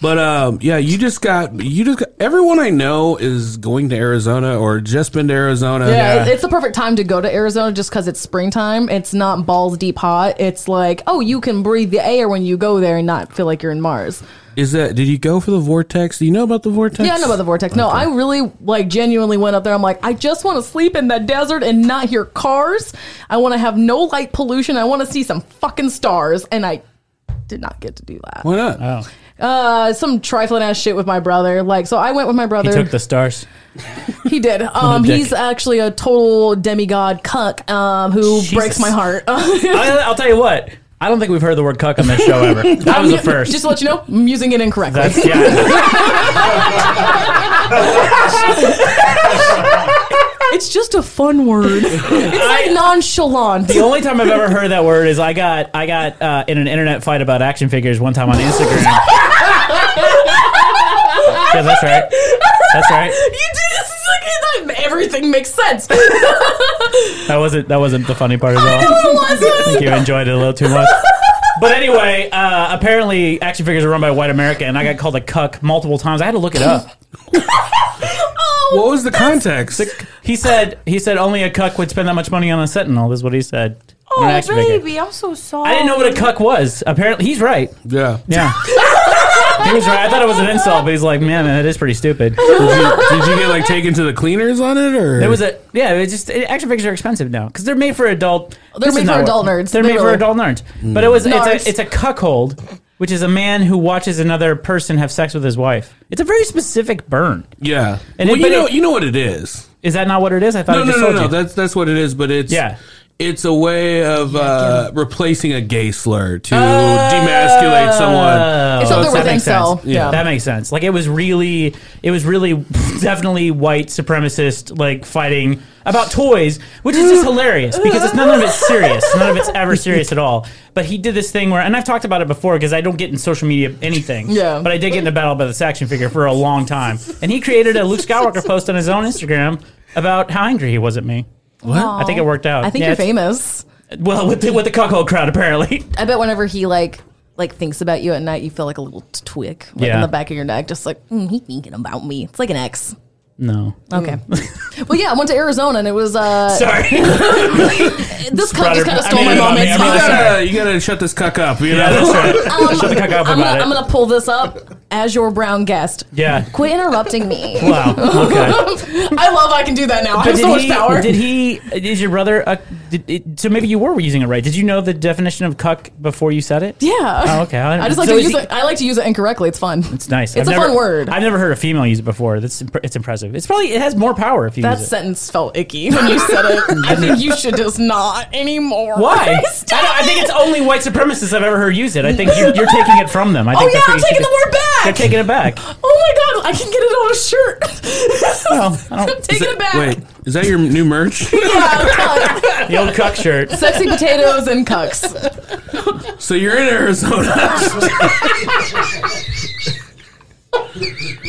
[SPEAKER 4] But um, yeah, you just got you just got, everyone I know is going to Arizona or just been to Arizona.
[SPEAKER 1] Yeah, it- it's the perfect time to go to Arizona just because it's springtime. It's not balls deep hot. It's like, oh, you can breathe the air when you go there and not feel like you're in Mars.
[SPEAKER 4] Is that did you go for the vortex? Do you know about the vortex?
[SPEAKER 1] Yeah, I know about the vortex. No, I really like genuinely went up there. I'm like, I just want to sleep in the desert and not hear cars. I want to have no light pollution. I want to see some fucking stars, and I did not get to do that.
[SPEAKER 4] Why not?
[SPEAKER 2] Oh,
[SPEAKER 1] Uh, some trifling ass shit with my brother. Like, so I went with my
[SPEAKER 2] he
[SPEAKER 1] brother.
[SPEAKER 2] took the stars.
[SPEAKER 1] He did. Um,
[SPEAKER 2] dick.
[SPEAKER 1] he's actually a total demigod cuck um, who
[SPEAKER 2] Jesus.
[SPEAKER 1] breaks my heart.
[SPEAKER 2] I, I'll tell you what. I don't think we've heard the word "cuck" on this show ever. That was the first.
[SPEAKER 1] Just to let you know, I'm using it incorrectly.
[SPEAKER 2] That's yeah.
[SPEAKER 1] it's just a fun word. it's like
[SPEAKER 2] I-
[SPEAKER 1] nonchalant.
[SPEAKER 2] The only time I've ever heard that word is I got I got uh, in an internet fight about action figures one time on Instagram. yeah, that's right. That's
[SPEAKER 1] You did
[SPEAKER 2] right.
[SPEAKER 1] this like that- everything makes sense.
[SPEAKER 2] That wasn't that wasn't the funny part at all. I
[SPEAKER 1] Wasn't-
[SPEAKER 2] think you enjoyed it a little too much. But anyway, uh, apparently action figures are run by white America, and I got called a cuck multiple times. I had to look it up.
[SPEAKER 4] What was the context?
[SPEAKER 2] He said he said only a cuck would spend that much money on a sentinel. Is what he said. An
[SPEAKER 1] oh,
[SPEAKER 2] action figure.
[SPEAKER 1] baby, I'm so sorry.
[SPEAKER 2] I didn't know what a cuck was. Apparently, he's right.
[SPEAKER 4] yeah.
[SPEAKER 2] Yeah. he was right. I thought it was an insult, but he's like, man, man, it is pretty stupid.
[SPEAKER 4] Did you, did you get like taken to the cleaners on it, or
[SPEAKER 2] There was a yeah. It just it, action figures are expensive now because they're made for adult.
[SPEAKER 1] They're
[SPEAKER 2] this
[SPEAKER 1] made
[SPEAKER 2] is
[SPEAKER 1] for
[SPEAKER 2] not
[SPEAKER 1] adult
[SPEAKER 2] what-
[SPEAKER 1] nerds.
[SPEAKER 2] They're
[SPEAKER 1] They
[SPEAKER 2] made for
[SPEAKER 1] really-
[SPEAKER 2] adult nerds.
[SPEAKER 4] Hmm.
[SPEAKER 2] But it was it's
[SPEAKER 1] Nards.
[SPEAKER 2] a it's a cuckold, which is a man who watches another person have sex with his wife. It's a very specific burn.
[SPEAKER 4] yeah?
[SPEAKER 2] And
[SPEAKER 4] well,
[SPEAKER 2] it-
[SPEAKER 4] you
[SPEAKER 2] but
[SPEAKER 4] know,
[SPEAKER 2] it-
[SPEAKER 4] you know what it is.
[SPEAKER 2] Is that not what it is? I thought
[SPEAKER 4] No,
[SPEAKER 2] I
[SPEAKER 4] no,
[SPEAKER 2] just
[SPEAKER 4] no,
[SPEAKER 2] told
[SPEAKER 4] no.
[SPEAKER 2] you.
[SPEAKER 4] That's that's what it is. But it's
[SPEAKER 2] Yeah.
[SPEAKER 4] it's a way of uh, replacing a gay slur to
[SPEAKER 1] Ah.
[SPEAKER 4] demasculate someone.
[SPEAKER 1] It's
[SPEAKER 2] Oh,
[SPEAKER 1] up there
[SPEAKER 2] that
[SPEAKER 1] with
[SPEAKER 2] makes
[SPEAKER 1] incel.
[SPEAKER 2] sense.
[SPEAKER 1] Yeah.
[SPEAKER 2] That makes sense. Like it was really, it was really definitely white supremacist like fighting about toys, which is just hilarious because it's none of it's serious, none of it's ever serious at all. But he did this thing where, and I've talked about it before because I don't get in social media anything.
[SPEAKER 1] Yeah.
[SPEAKER 2] But I did get in a battle by this action figure for a long time, and he created a Luke Skywalker post on his own Instagram about how angry he was at me.
[SPEAKER 4] What?
[SPEAKER 2] I think it worked out.
[SPEAKER 1] I think
[SPEAKER 2] Yeah,
[SPEAKER 1] you're
[SPEAKER 2] it's-
[SPEAKER 1] famous.
[SPEAKER 2] Well, with the, with the cuckold crowd, apparently.
[SPEAKER 1] I bet whenever he like like thinks about you at night, you feel like a little t- twig like
[SPEAKER 2] Yeah.
[SPEAKER 1] in the back of your neck, just like mm, he thinking about me. It's like an ex.
[SPEAKER 2] No.
[SPEAKER 1] Okay. well, yeah, I went to Arizona and it was uh,
[SPEAKER 2] Sorry.
[SPEAKER 1] this cunt just kind of
[SPEAKER 2] I
[SPEAKER 1] stole my
[SPEAKER 2] mean, I mean,
[SPEAKER 1] moment.
[SPEAKER 2] I
[SPEAKER 1] It's
[SPEAKER 2] mean,
[SPEAKER 1] fine.
[SPEAKER 4] You gotta, you gotta shut this cuck up. You know,
[SPEAKER 2] That's right.
[SPEAKER 1] Um,
[SPEAKER 2] Shut the cuck up
[SPEAKER 1] I'm
[SPEAKER 2] about
[SPEAKER 1] gonna,
[SPEAKER 2] it.
[SPEAKER 1] I'm gonna pull this up as your brown guest.
[SPEAKER 2] yeah.
[SPEAKER 1] Quit interrupting me.
[SPEAKER 2] Wow. Okay.
[SPEAKER 1] I love I can do that now. I have
[SPEAKER 2] did
[SPEAKER 1] so much
[SPEAKER 2] he,
[SPEAKER 1] power.
[SPEAKER 2] Did he? Is your brother? A, did it, so maybe you were using it right. Did you know the definition of cuck before you said it?
[SPEAKER 1] yeah.
[SPEAKER 2] Oh, okay. I-
[SPEAKER 1] I, just like
[SPEAKER 2] so
[SPEAKER 1] to
[SPEAKER 2] is
[SPEAKER 1] use
[SPEAKER 2] he-
[SPEAKER 1] it. I like to use it incorrectly. It's fun.
[SPEAKER 2] It's nice.
[SPEAKER 1] It's a
[SPEAKER 2] never,
[SPEAKER 1] fun word.
[SPEAKER 2] I've never heard a female use it before. That's impre- it's impressive. It's probably it has more power if you
[SPEAKER 1] that
[SPEAKER 2] use it.
[SPEAKER 1] sentence felt icky when you said it. I think you should just not anymore.
[SPEAKER 2] Why? I,
[SPEAKER 1] Stop
[SPEAKER 2] don't- I think
[SPEAKER 1] it.
[SPEAKER 2] it's only white supremacists I've ever heard use it. I think you're, you're taking it from them. I
[SPEAKER 1] Oh
[SPEAKER 2] think
[SPEAKER 1] yeah,
[SPEAKER 2] that's what
[SPEAKER 1] I'm
[SPEAKER 2] you should
[SPEAKER 1] taking
[SPEAKER 2] do.
[SPEAKER 1] the word
[SPEAKER 2] They're
[SPEAKER 1] back.
[SPEAKER 2] taking it back.
[SPEAKER 1] oh my god, I can get it on a shirt.
[SPEAKER 2] Well, I
[SPEAKER 1] I'm
[SPEAKER 2] don't,
[SPEAKER 1] taking it back.
[SPEAKER 4] Wait, is that your new merch?
[SPEAKER 1] Yeah, cuck.
[SPEAKER 2] the old cuck shirt.
[SPEAKER 1] Sexy potatoes and cucks.
[SPEAKER 4] so you're in Arizona.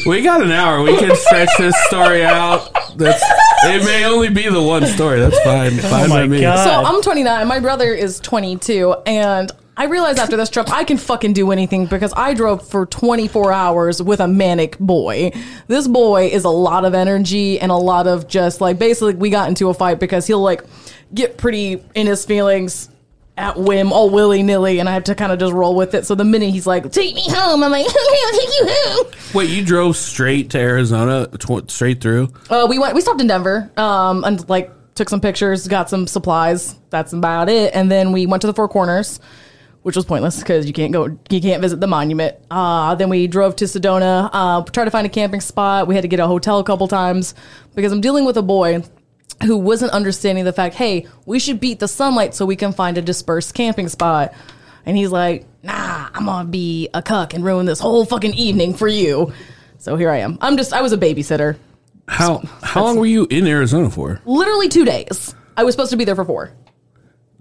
[SPEAKER 4] we got an hour. We can stretch this story out. That's it. May only be the one story. That's fine. Fine
[SPEAKER 2] Oh my
[SPEAKER 4] by me.
[SPEAKER 2] god.
[SPEAKER 1] So I'm 29. My brother is 22, and I realized after this trip I can fucking do anything because I drove for 24 hours with a manic boy. This boy is a lot of energy and a lot of just like basically we got into a fight because he'll like get pretty in his feelings at whim all willy nilly, and I have to kind of just roll with it. So the minute he's like, "Take me home," I'm like, "Okay, I'll take you home."
[SPEAKER 4] Wait, you drove straight to Arizona, tw- straight through.
[SPEAKER 1] Uh, we went. We stopped in Denver. Um, and like took some pictures, got some supplies. That's about it. And then we went to the Four Corners, which was pointless because you can't go, you can't visit the monument. Uh, then we drove to Sedona. Uh, tried to find a camping spot. We had to get a hotel a couple times because I'm dealing with a boy who wasn't understanding the fact. Hey, we should beat the sunlight so we can find a dispersed camping spot. And he's like, Nah, I'm gonna be a cuck and ruin this whole fucking evening for you. So here I am. I'm just. I was a babysitter
[SPEAKER 4] How how long were you in Arizona for?
[SPEAKER 1] literally two days. I was supposed to be there for four.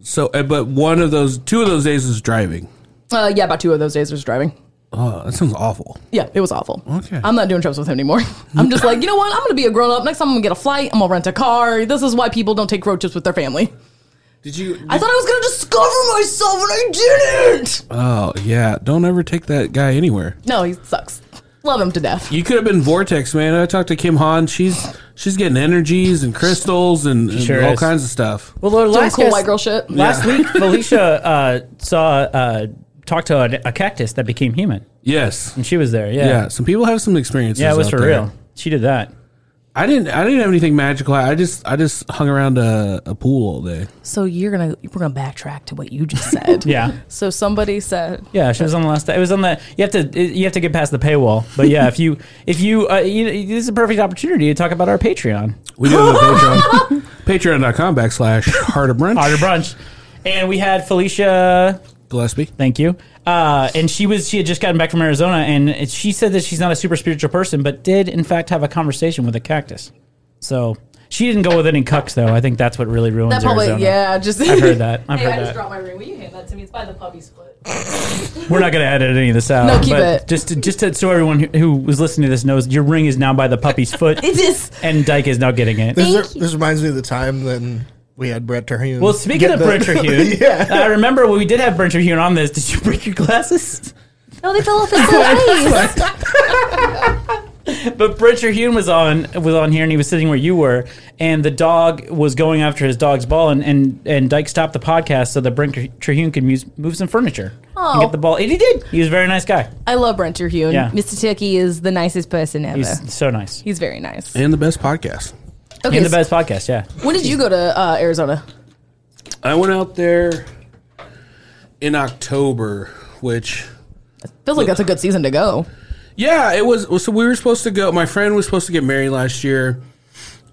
[SPEAKER 4] So, uh, but one of those, two of those days is driving.
[SPEAKER 1] Uh, yeah, about two of those days was driving.
[SPEAKER 4] Oh, that sounds awful.
[SPEAKER 1] Yeah, it was awful.
[SPEAKER 4] Okay.
[SPEAKER 1] I'm not doing trips with him anymore. I'm just like, you know what? I'm gonna be a grown up. Next time I'm gonna get a flight. I'm gonna rent a car. This is why people don't take road trips with their family.
[SPEAKER 4] Did you?
[SPEAKER 1] I thought I was gonna discover myself and I didn't.
[SPEAKER 4] Oh yeah, don't ever take that guy anywhere.
[SPEAKER 1] No, he sucks. Love him to death.
[SPEAKER 4] You could have been Vortex, man. I talked to Kim Hahn. She's she's getting energies and crystals and, and
[SPEAKER 2] sure
[SPEAKER 4] all
[SPEAKER 2] is.
[SPEAKER 4] kinds of stuff.
[SPEAKER 2] well, Lord,
[SPEAKER 1] Doing cool white girl shit.
[SPEAKER 2] Last week, Felicia uh, saw uh, talked to a, a cactus that became human,
[SPEAKER 4] Yes,
[SPEAKER 2] and she was there. Yeah,
[SPEAKER 4] yeah. Some people have some experiences.
[SPEAKER 2] Yeah, it was
[SPEAKER 4] out
[SPEAKER 2] for
[SPEAKER 4] there.
[SPEAKER 2] real. She did that.
[SPEAKER 4] I didn't. I didn't have anything magical. I just. I just hung around a, a pool all day.
[SPEAKER 1] So you're gonna we're gonna backtrack to what you just said.
[SPEAKER 2] Yeah,
[SPEAKER 1] So somebody said
[SPEAKER 2] yeah. She was on the last. It was on the. You have to. You have to get past the paywall. But yeah, if you if you, uh, you this is a perfect opportunity to talk about our Patreon,
[SPEAKER 4] We did it on Patreon. Patreon.com backslash Heart of Brunch.
[SPEAKER 2] Otter Brunch, and we had Felicia.
[SPEAKER 4] Gillespie.
[SPEAKER 2] Thank you. Uh, and she was she had just gotten back from Arizona, and it, she said that she's not a super spiritual person, but did in fact have a conversation with a cactus. So she didn't go with any cucks, though. I think that's what really ruins
[SPEAKER 1] that probably
[SPEAKER 2] Arizona.
[SPEAKER 1] yeah just
[SPEAKER 2] I've heard that. I've heard that.
[SPEAKER 1] my ring. Will you hand that to me? It's by the puppy split.
[SPEAKER 2] We're not going to edit any of this out.
[SPEAKER 1] No, keep
[SPEAKER 2] but
[SPEAKER 1] it.
[SPEAKER 2] Just to, just to, so everyone who, who was listening to this knows, your ring is now by the puppy's foot,
[SPEAKER 1] It is.
[SPEAKER 2] and Dyke is now getting it.
[SPEAKER 5] This,
[SPEAKER 3] Thank you.
[SPEAKER 5] this reminds me of the time then we had Brett Terhune.
[SPEAKER 2] Well, speaking of Brincher Hugh,
[SPEAKER 5] yeah.
[SPEAKER 2] I remember when we did have Brincher Hugh on this. Did you break your glasses?
[SPEAKER 3] No, they fell off his eyes.
[SPEAKER 2] but Richard Hume was on was on here, and he was sitting where you were, and the dog was going after his dog's ball, and and, and Dyke stopped the podcast so that Brent Trehune could move, move some furniture and
[SPEAKER 6] Oh.
[SPEAKER 2] get the ball, and he did. He was a very nice guy.
[SPEAKER 6] I love Brent Terhune.
[SPEAKER 2] Yeah.
[SPEAKER 6] Mr. Turkey is the nicest person ever. He's,
[SPEAKER 2] He's so nice.
[SPEAKER 6] very nice.
[SPEAKER 4] and the best podcast.
[SPEAKER 6] Okay,
[SPEAKER 2] In the
[SPEAKER 6] so
[SPEAKER 2] best podcast, yeah.
[SPEAKER 6] when did you go to uh, Arizona?
[SPEAKER 4] I went out there in October, which
[SPEAKER 6] Feels like that's a good season to go.
[SPEAKER 4] yeah, it was. So we were supposed to go. My friend was supposed to get married last year,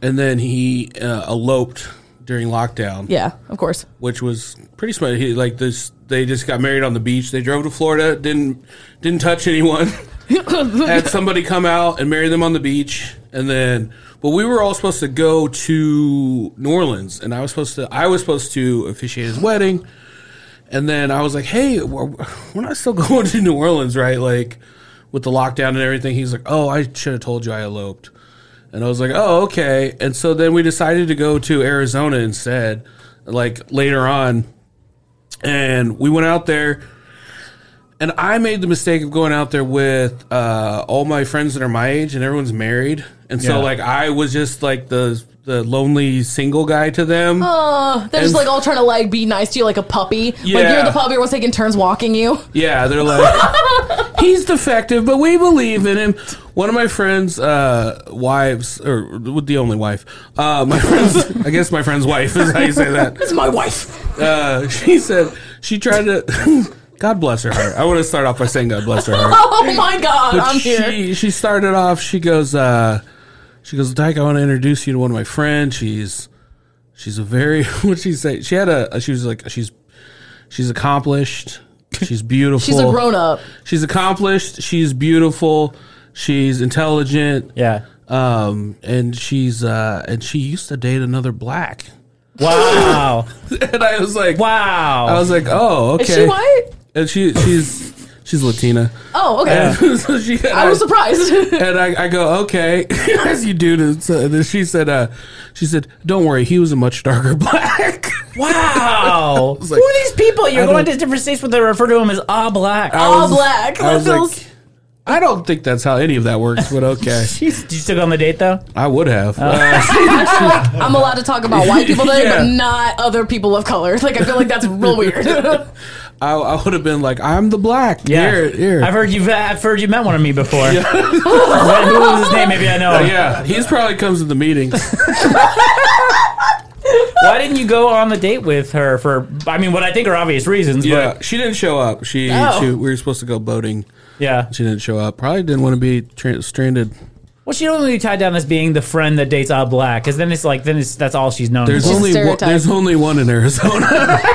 [SPEAKER 4] and then he uh, eloped during lockdown.
[SPEAKER 6] Yeah, of course.
[SPEAKER 4] which was pretty smart. He like this. They just got married on the beach. They drove to Florida. Didn't didn't touch anyone. Had somebody come out and marry them on the beach, and then. But we were all supposed to go to New Orleans, and I was supposed to. I was supposed to officiate his wedding, and then I was like, "Hey, we're, we're not still going to New Orleans, right?" Like with the lockdown and everything. He's like, "Oh, I should have told you I eloped." And I was like, oh, okay. And so then we decided to go to Arizona instead, like later on. And we went out there. And I made the mistake of going out there with uh, all my friends that are my age and everyone's married. And so,
[SPEAKER 2] Yeah.
[SPEAKER 4] like, I was just like the, the lonely single guy to them.
[SPEAKER 6] Uh, they're just
[SPEAKER 4] And-
[SPEAKER 6] like all trying to like be nice to you like a puppy. Like
[SPEAKER 4] Yeah.
[SPEAKER 6] you're the puppy, everyone's taking turns walking you.
[SPEAKER 4] Yeah, they're like, he's defective, but we believe in him. One of my friend's uh, wives, or the only wife, uh, my friend's, I guess my friend's wife is how you say that.
[SPEAKER 6] It's my wife.
[SPEAKER 4] Uh, she said she tried to. God bless her heart. I want to start off by saying God bless her heart.
[SPEAKER 6] Oh my god,
[SPEAKER 4] But
[SPEAKER 6] I'm
[SPEAKER 4] she
[SPEAKER 6] here.
[SPEAKER 4] she started off. She goes. uh She goes, Dyke. I want to introduce you to one of my friends. She's she's a very what she say. She had a. She was like she's she's accomplished. She's beautiful.
[SPEAKER 6] She's a grown up.
[SPEAKER 4] She's accomplished. She's beautiful. She's intelligent.
[SPEAKER 2] Yeah.
[SPEAKER 4] Um, and she's uh, and she used to date another black.
[SPEAKER 2] Wow.
[SPEAKER 4] And I was like,
[SPEAKER 2] wow.
[SPEAKER 4] I was like, oh, okay.
[SPEAKER 6] Is she white?
[SPEAKER 4] and she she's she's Latina.
[SPEAKER 6] Oh, okay.
[SPEAKER 2] Yeah.
[SPEAKER 4] so she and
[SPEAKER 6] I was surprised.
[SPEAKER 4] and I, I go okay as you do to so, and then she said uh she said don't worry he was a much darker black
[SPEAKER 2] Wow! Who are these people? You're
[SPEAKER 4] I
[SPEAKER 2] going
[SPEAKER 4] don't-
[SPEAKER 2] to different states, but they refer to them as all black.
[SPEAKER 4] I
[SPEAKER 6] All
[SPEAKER 4] was-
[SPEAKER 6] black.
[SPEAKER 4] I
[SPEAKER 6] That
[SPEAKER 4] was
[SPEAKER 6] feels
[SPEAKER 4] like I don't think that's how any of that works but okay
[SPEAKER 2] Jeez. Did you still go on the date though?
[SPEAKER 4] I would have Uh,
[SPEAKER 6] I'm allowed to talk about white people today,
[SPEAKER 4] Yeah.
[SPEAKER 6] but not other people of color. Like I feel like that's real weird.
[SPEAKER 4] I, I would have been like I'm the black here, here.
[SPEAKER 2] I've heard you've I've heard you met one of me before. But Who was his name? Maybe I know.
[SPEAKER 4] Oh,
[SPEAKER 2] him.
[SPEAKER 4] yeah he's probably comes to the meetings
[SPEAKER 2] Why didn't you go on the date with her for? I mean, what I think are obvious reasons.
[SPEAKER 4] yeah
[SPEAKER 2] But
[SPEAKER 4] she didn't show up she,
[SPEAKER 2] Oh.
[SPEAKER 4] she we were supposed to go boating
[SPEAKER 2] yeah.
[SPEAKER 4] she didn't show up probably didn't want to be tra- stranded
[SPEAKER 2] Well, she don't want to be tied down as being the friend that dates all black, because then it's like then it's that's all she's known.
[SPEAKER 4] there's
[SPEAKER 2] for.
[SPEAKER 6] a
[SPEAKER 4] only one,
[SPEAKER 6] stereotype.
[SPEAKER 4] there's only one in Arizona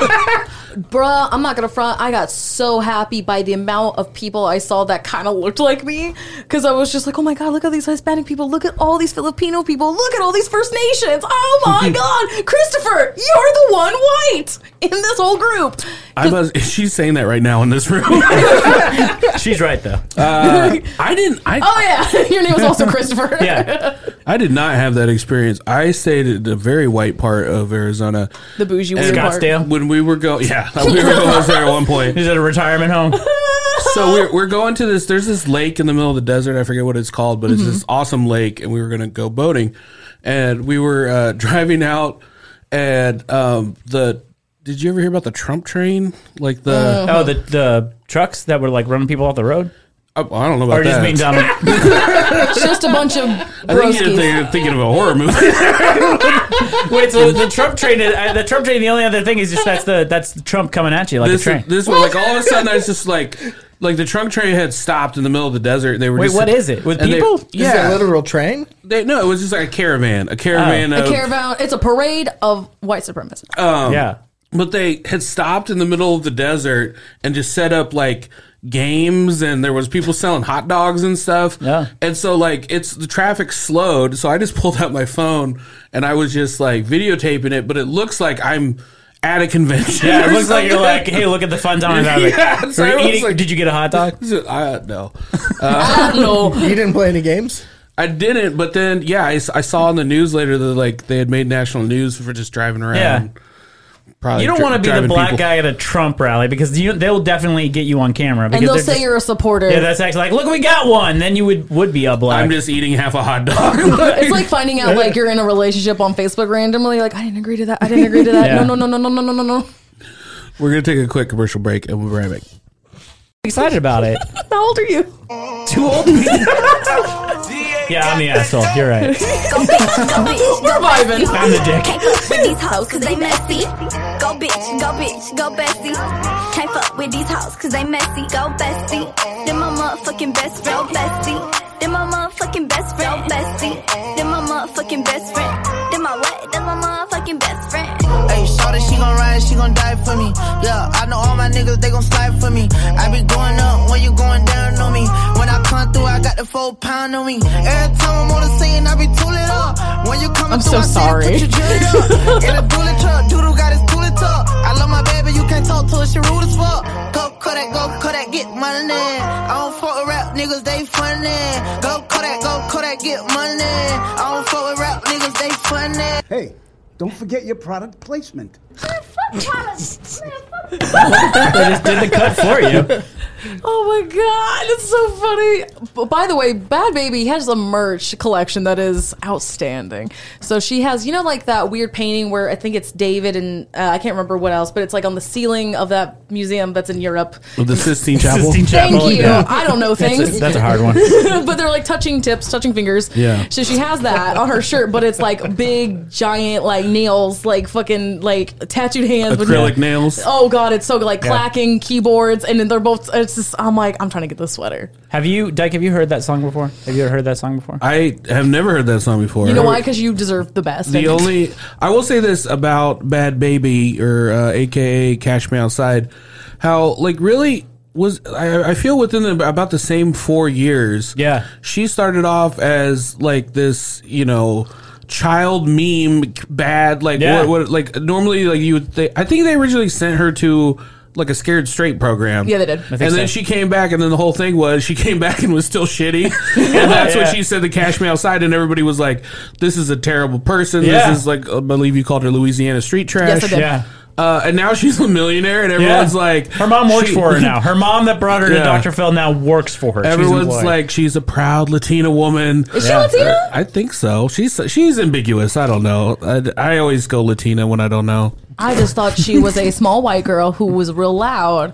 [SPEAKER 6] Bruh, I'm not gonna front. I got so happy by the amount of people I saw that kind of looked like me because I was just like, oh my god, look at these Hispanic people, look at all these Filipino people, look at all these First Nations. Oh my god, Christopher, you're the one white in this whole group.
[SPEAKER 4] I was, she's saying that right now in this room.
[SPEAKER 2] Uh, she's right though.
[SPEAKER 4] I didn't. I,
[SPEAKER 6] Oh yeah, your name was also Christopher.
[SPEAKER 2] yeah,
[SPEAKER 4] I did not have that experience. I stayed at the very white part of Arizona
[SPEAKER 6] the bougie weird part.
[SPEAKER 2] Scottsdale.
[SPEAKER 4] when we were going. Yeah, we were almost there at one point.
[SPEAKER 2] She's at a retirement home.
[SPEAKER 4] So we're, we're going to this. There's this lake in the middle of the desert. I forget what it's called, but it's
[SPEAKER 2] Mm-hmm.
[SPEAKER 4] this awesome lake, and we were going to go boating, and we were uh, driving out, and um, the. Did you ever hear about the Trump train? Like the
[SPEAKER 2] Oh, the the trucks that were like running people off the road,
[SPEAKER 4] I, I don't know about
[SPEAKER 2] or
[SPEAKER 4] that.
[SPEAKER 2] just being Donald.
[SPEAKER 6] It's just a bunch of
[SPEAKER 4] I think you're
[SPEAKER 6] broskies.
[SPEAKER 4] thinking- thinking of a horror movie.
[SPEAKER 2] Wait, so the Trump train, is- uh, the Trump train, the only other thing is just that's the that's the Trump coming at you like
[SPEAKER 4] this
[SPEAKER 2] a train.
[SPEAKER 4] this was like all of a sudden I was just like like the trunk train had stopped in the middle of the desert. They were
[SPEAKER 2] Wait,
[SPEAKER 4] just,
[SPEAKER 2] what is it? With
[SPEAKER 4] and they-
[SPEAKER 2] people?
[SPEAKER 5] Is it a
[SPEAKER 4] yeah,
[SPEAKER 5] literal train?
[SPEAKER 4] they, no, it was just like a caravan, a caravan
[SPEAKER 2] Oh.
[SPEAKER 4] of.
[SPEAKER 6] A caravan. It's a parade of white supremacists.
[SPEAKER 4] um,
[SPEAKER 2] yeah.
[SPEAKER 4] but they had stopped in the middle of the desert and just set up like games and there was people selling hot dogs and stuff
[SPEAKER 2] Yeah.
[SPEAKER 4] and so like it's the traffic slowed so i just pulled out my phone and i was just like videotaping it but it looks like i'm at a convention
[SPEAKER 2] Yeah, it
[SPEAKER 4] or
[SPEAKER 2] looks like you're
[SPEAKER 4] something.
[SPEAKER 2] like, hey, look at the fun time. I'm
[SPEAKER 4] Yeah,
[SPEAKER 2] having.
[SPEAKER 4] so
[SPEAKER 2] Were you
[SPEAKER 4] I was
[SPEAKER 2] eating-
[SPEAKER 4] like-
[SPEAKER 2] did you get a hot dog?
[SPEAKER 4] I, no
[SPEAKER 6] no.
[SPEAKER 5] You didn't play any games?
[SPEAKER 4] I didn't, but then yeah, I, s- I saw on the news later that like they had made national news for just driving around.
[SPEAKER 2] Yeah.
[SPEAKER 7] Probably
[SPEAKER 2] You don't
[SPEAKER 7] dri-
[SPEAKER 2] want to be the
[SPEAKER 7] driving
[SPEAKER 2] black
[SPEAKER 7] people-
[SPEAKER 2] guy at a Trump rally because you, they'll definitely get you on camera. Because
[SPEAKER 1] and they'll
[SPEAKER 2] they're
[SPEAKER 1] say
[SPEAKER 2] just-
[SPEAKER 1] you're a supporter.
[SPEAKER 2] yeah, that's actually like, look, we got one. Then you would would be a black.
[SPEAKER 4] I'm just eating half a hot dog.
[SPEAKER 1] it's like finding out like you're in a relationship on Facebook randomly. Like I didn't agree to that. I didn't agree to that.
[SPEAKER 2] Yeah.
[SPEAKER 1] No, no, no, no, no, no, no, no.
[SPEAKER 7] We're gonna take a quick commercial break and we'll be right back.
[SPEAKER 2] excited about it.
[SPEAKER 1] How old are you?
[SPEAKER 2] Too old. yeah, I'm the asshole. You're right.
[SPEAKER 8] Go bitch, go bitch, go
[SPEAKER 1] Vibing.
[SPEAKER 2] I'm the dick.
[SPEAKER 8] Can't fuck with these hoes cause they messy. Go bitch, go bitch, go bestie. Can't fuck with these hoes cause they messy. Go bestie. Then my motherfucking best friend, bestie. Then my motherfucking best friend, bestie. Then my motherfucking best friend. Then my what? Then my motherfucking best friend.
[SPEAKER 9] Ayy, shorty, she gon' ride, she gon' die for me. Yeah, I know all my niggas, they gon' slide for me. I be going up when you going down on me. When I come through, I got the full pound on me. Every time I'm on the scene, I be tooling up. When you come
[SPEAKER 10] I'm
[SPEAKER 9] through,
[SPEAKER 10] so
[SPEAKER 9] I
[SPEAKER 10] sorry.
[SPEAKER 9] see the picture up. In a dually truck, doodle got his tooling up. I love my baby, you can't talk to her, she rude as fuck. Go Kodak, go Kodak, get money. I don't fuck with rap niggas, they funny. Go Kodak, go Kodak, get money. I don't fuck with rap niggas, they funny.
[SPEAKER 11] Hey, don't forget your product placement.
[SPEAKER 2] They just did the cut for you.
[SPEAKER 10] Oh my god, it's so funny.
[SPEAKER 1] B- By the way, Bad Baby has a merch collection that is outstanding. So she has, you know, like that weird painting where I think it's David and uh, I can't remember what else, but it's like on the ceiling of that museum that's in Europe.
[SPEAKER 4] With the Sistine Chapel.
[SPEAKER 2] Sistine Chapel.
[SPEAKER 1] Thank you.
[SPEAKER 2] Yeah.
[SPEAKER 1] I don't know
[SPEAKER 2] That's
[SPEAKER 1] things,
[SPEAKER 2] a, that's a hard one.
[SPEAKER 1] but they're like touching tips, touching fingers.
[SPEAKER 4] Yeah.
[SPEAKER 1] So she has that on her shirt, but it's like big, giant, like nails, like fucking, like tattooed hands. with-
[SPEAKER 4] Acrylic nails.
[SPEAKER 1] Oh god, it's so good. Like clacking keyboards, and then they're both. It's just. I'm like, I'm trying to get this sweater.
[SPEAKER 2] Have you, Dyke? Have you heard that song before? Have you ever heard that song before?
[SPEAKER 4] I have never heard that song before.
[SPEAKER 1] You know why? Because you deserve the best.
[SPEAKER 4] The only I will say this about Bad Baby or uh, AKA Cash Me Outside, how like really was I, I feel within the, about the same four years.
[SPEAKER 2] Yeah.
[SPEAKER 4] she started off as like this, you know. Child meme bad like
[SPEAKER 2] Yeah.
[SPEAKER 4] what, what like normally like you would think I think they originally sent her to like a scared straight program
[SPEAKER 1] Yeah, they did. I
[SPEAKER 4] and
[SPEAKER 2] think
[SPEAKER 4] then
[SPEAKER 2] so.
[SPEAKER 4] she came back and then the whole thing was she came back and was still shitty and that's
[SPEAKER 2] Yeah.
[SPEAKER 4] what she said to cash me outside and everybody was like this is a terrible person
[SPEAKER 2] Yeah.
[SPEAKER 4] this is like I believe you called her Louisiana street trash.
[SPEAKER 1] Yes, I did.
[SPEAKER 2] Yeah.
[SPEAKER 4] Uh, and now she's a millionaire, and everyone's like,
[SPEAKER 2] her mom works
[SPEAKER 4] she-
[SPEAKER 2] for her now. Her mom that brought her to
[SPEAKER 4] Yeah.
[SPEAKER 2] Dr. Phil now works for her. She's
[SPEAKER 4] Everyone's
[SPEAKER 2] employed.
[SPEAKER 4] like, she's a proud Latina woman. Uh,
[SPEAKER 1] Is she Latina?
[SPEAKER 4] I think so. She's she's ambiguous. I don't know. I, I always go Latina when I don't know.
[SPEAKER 1] I just thought she was a small white girl who was real loud,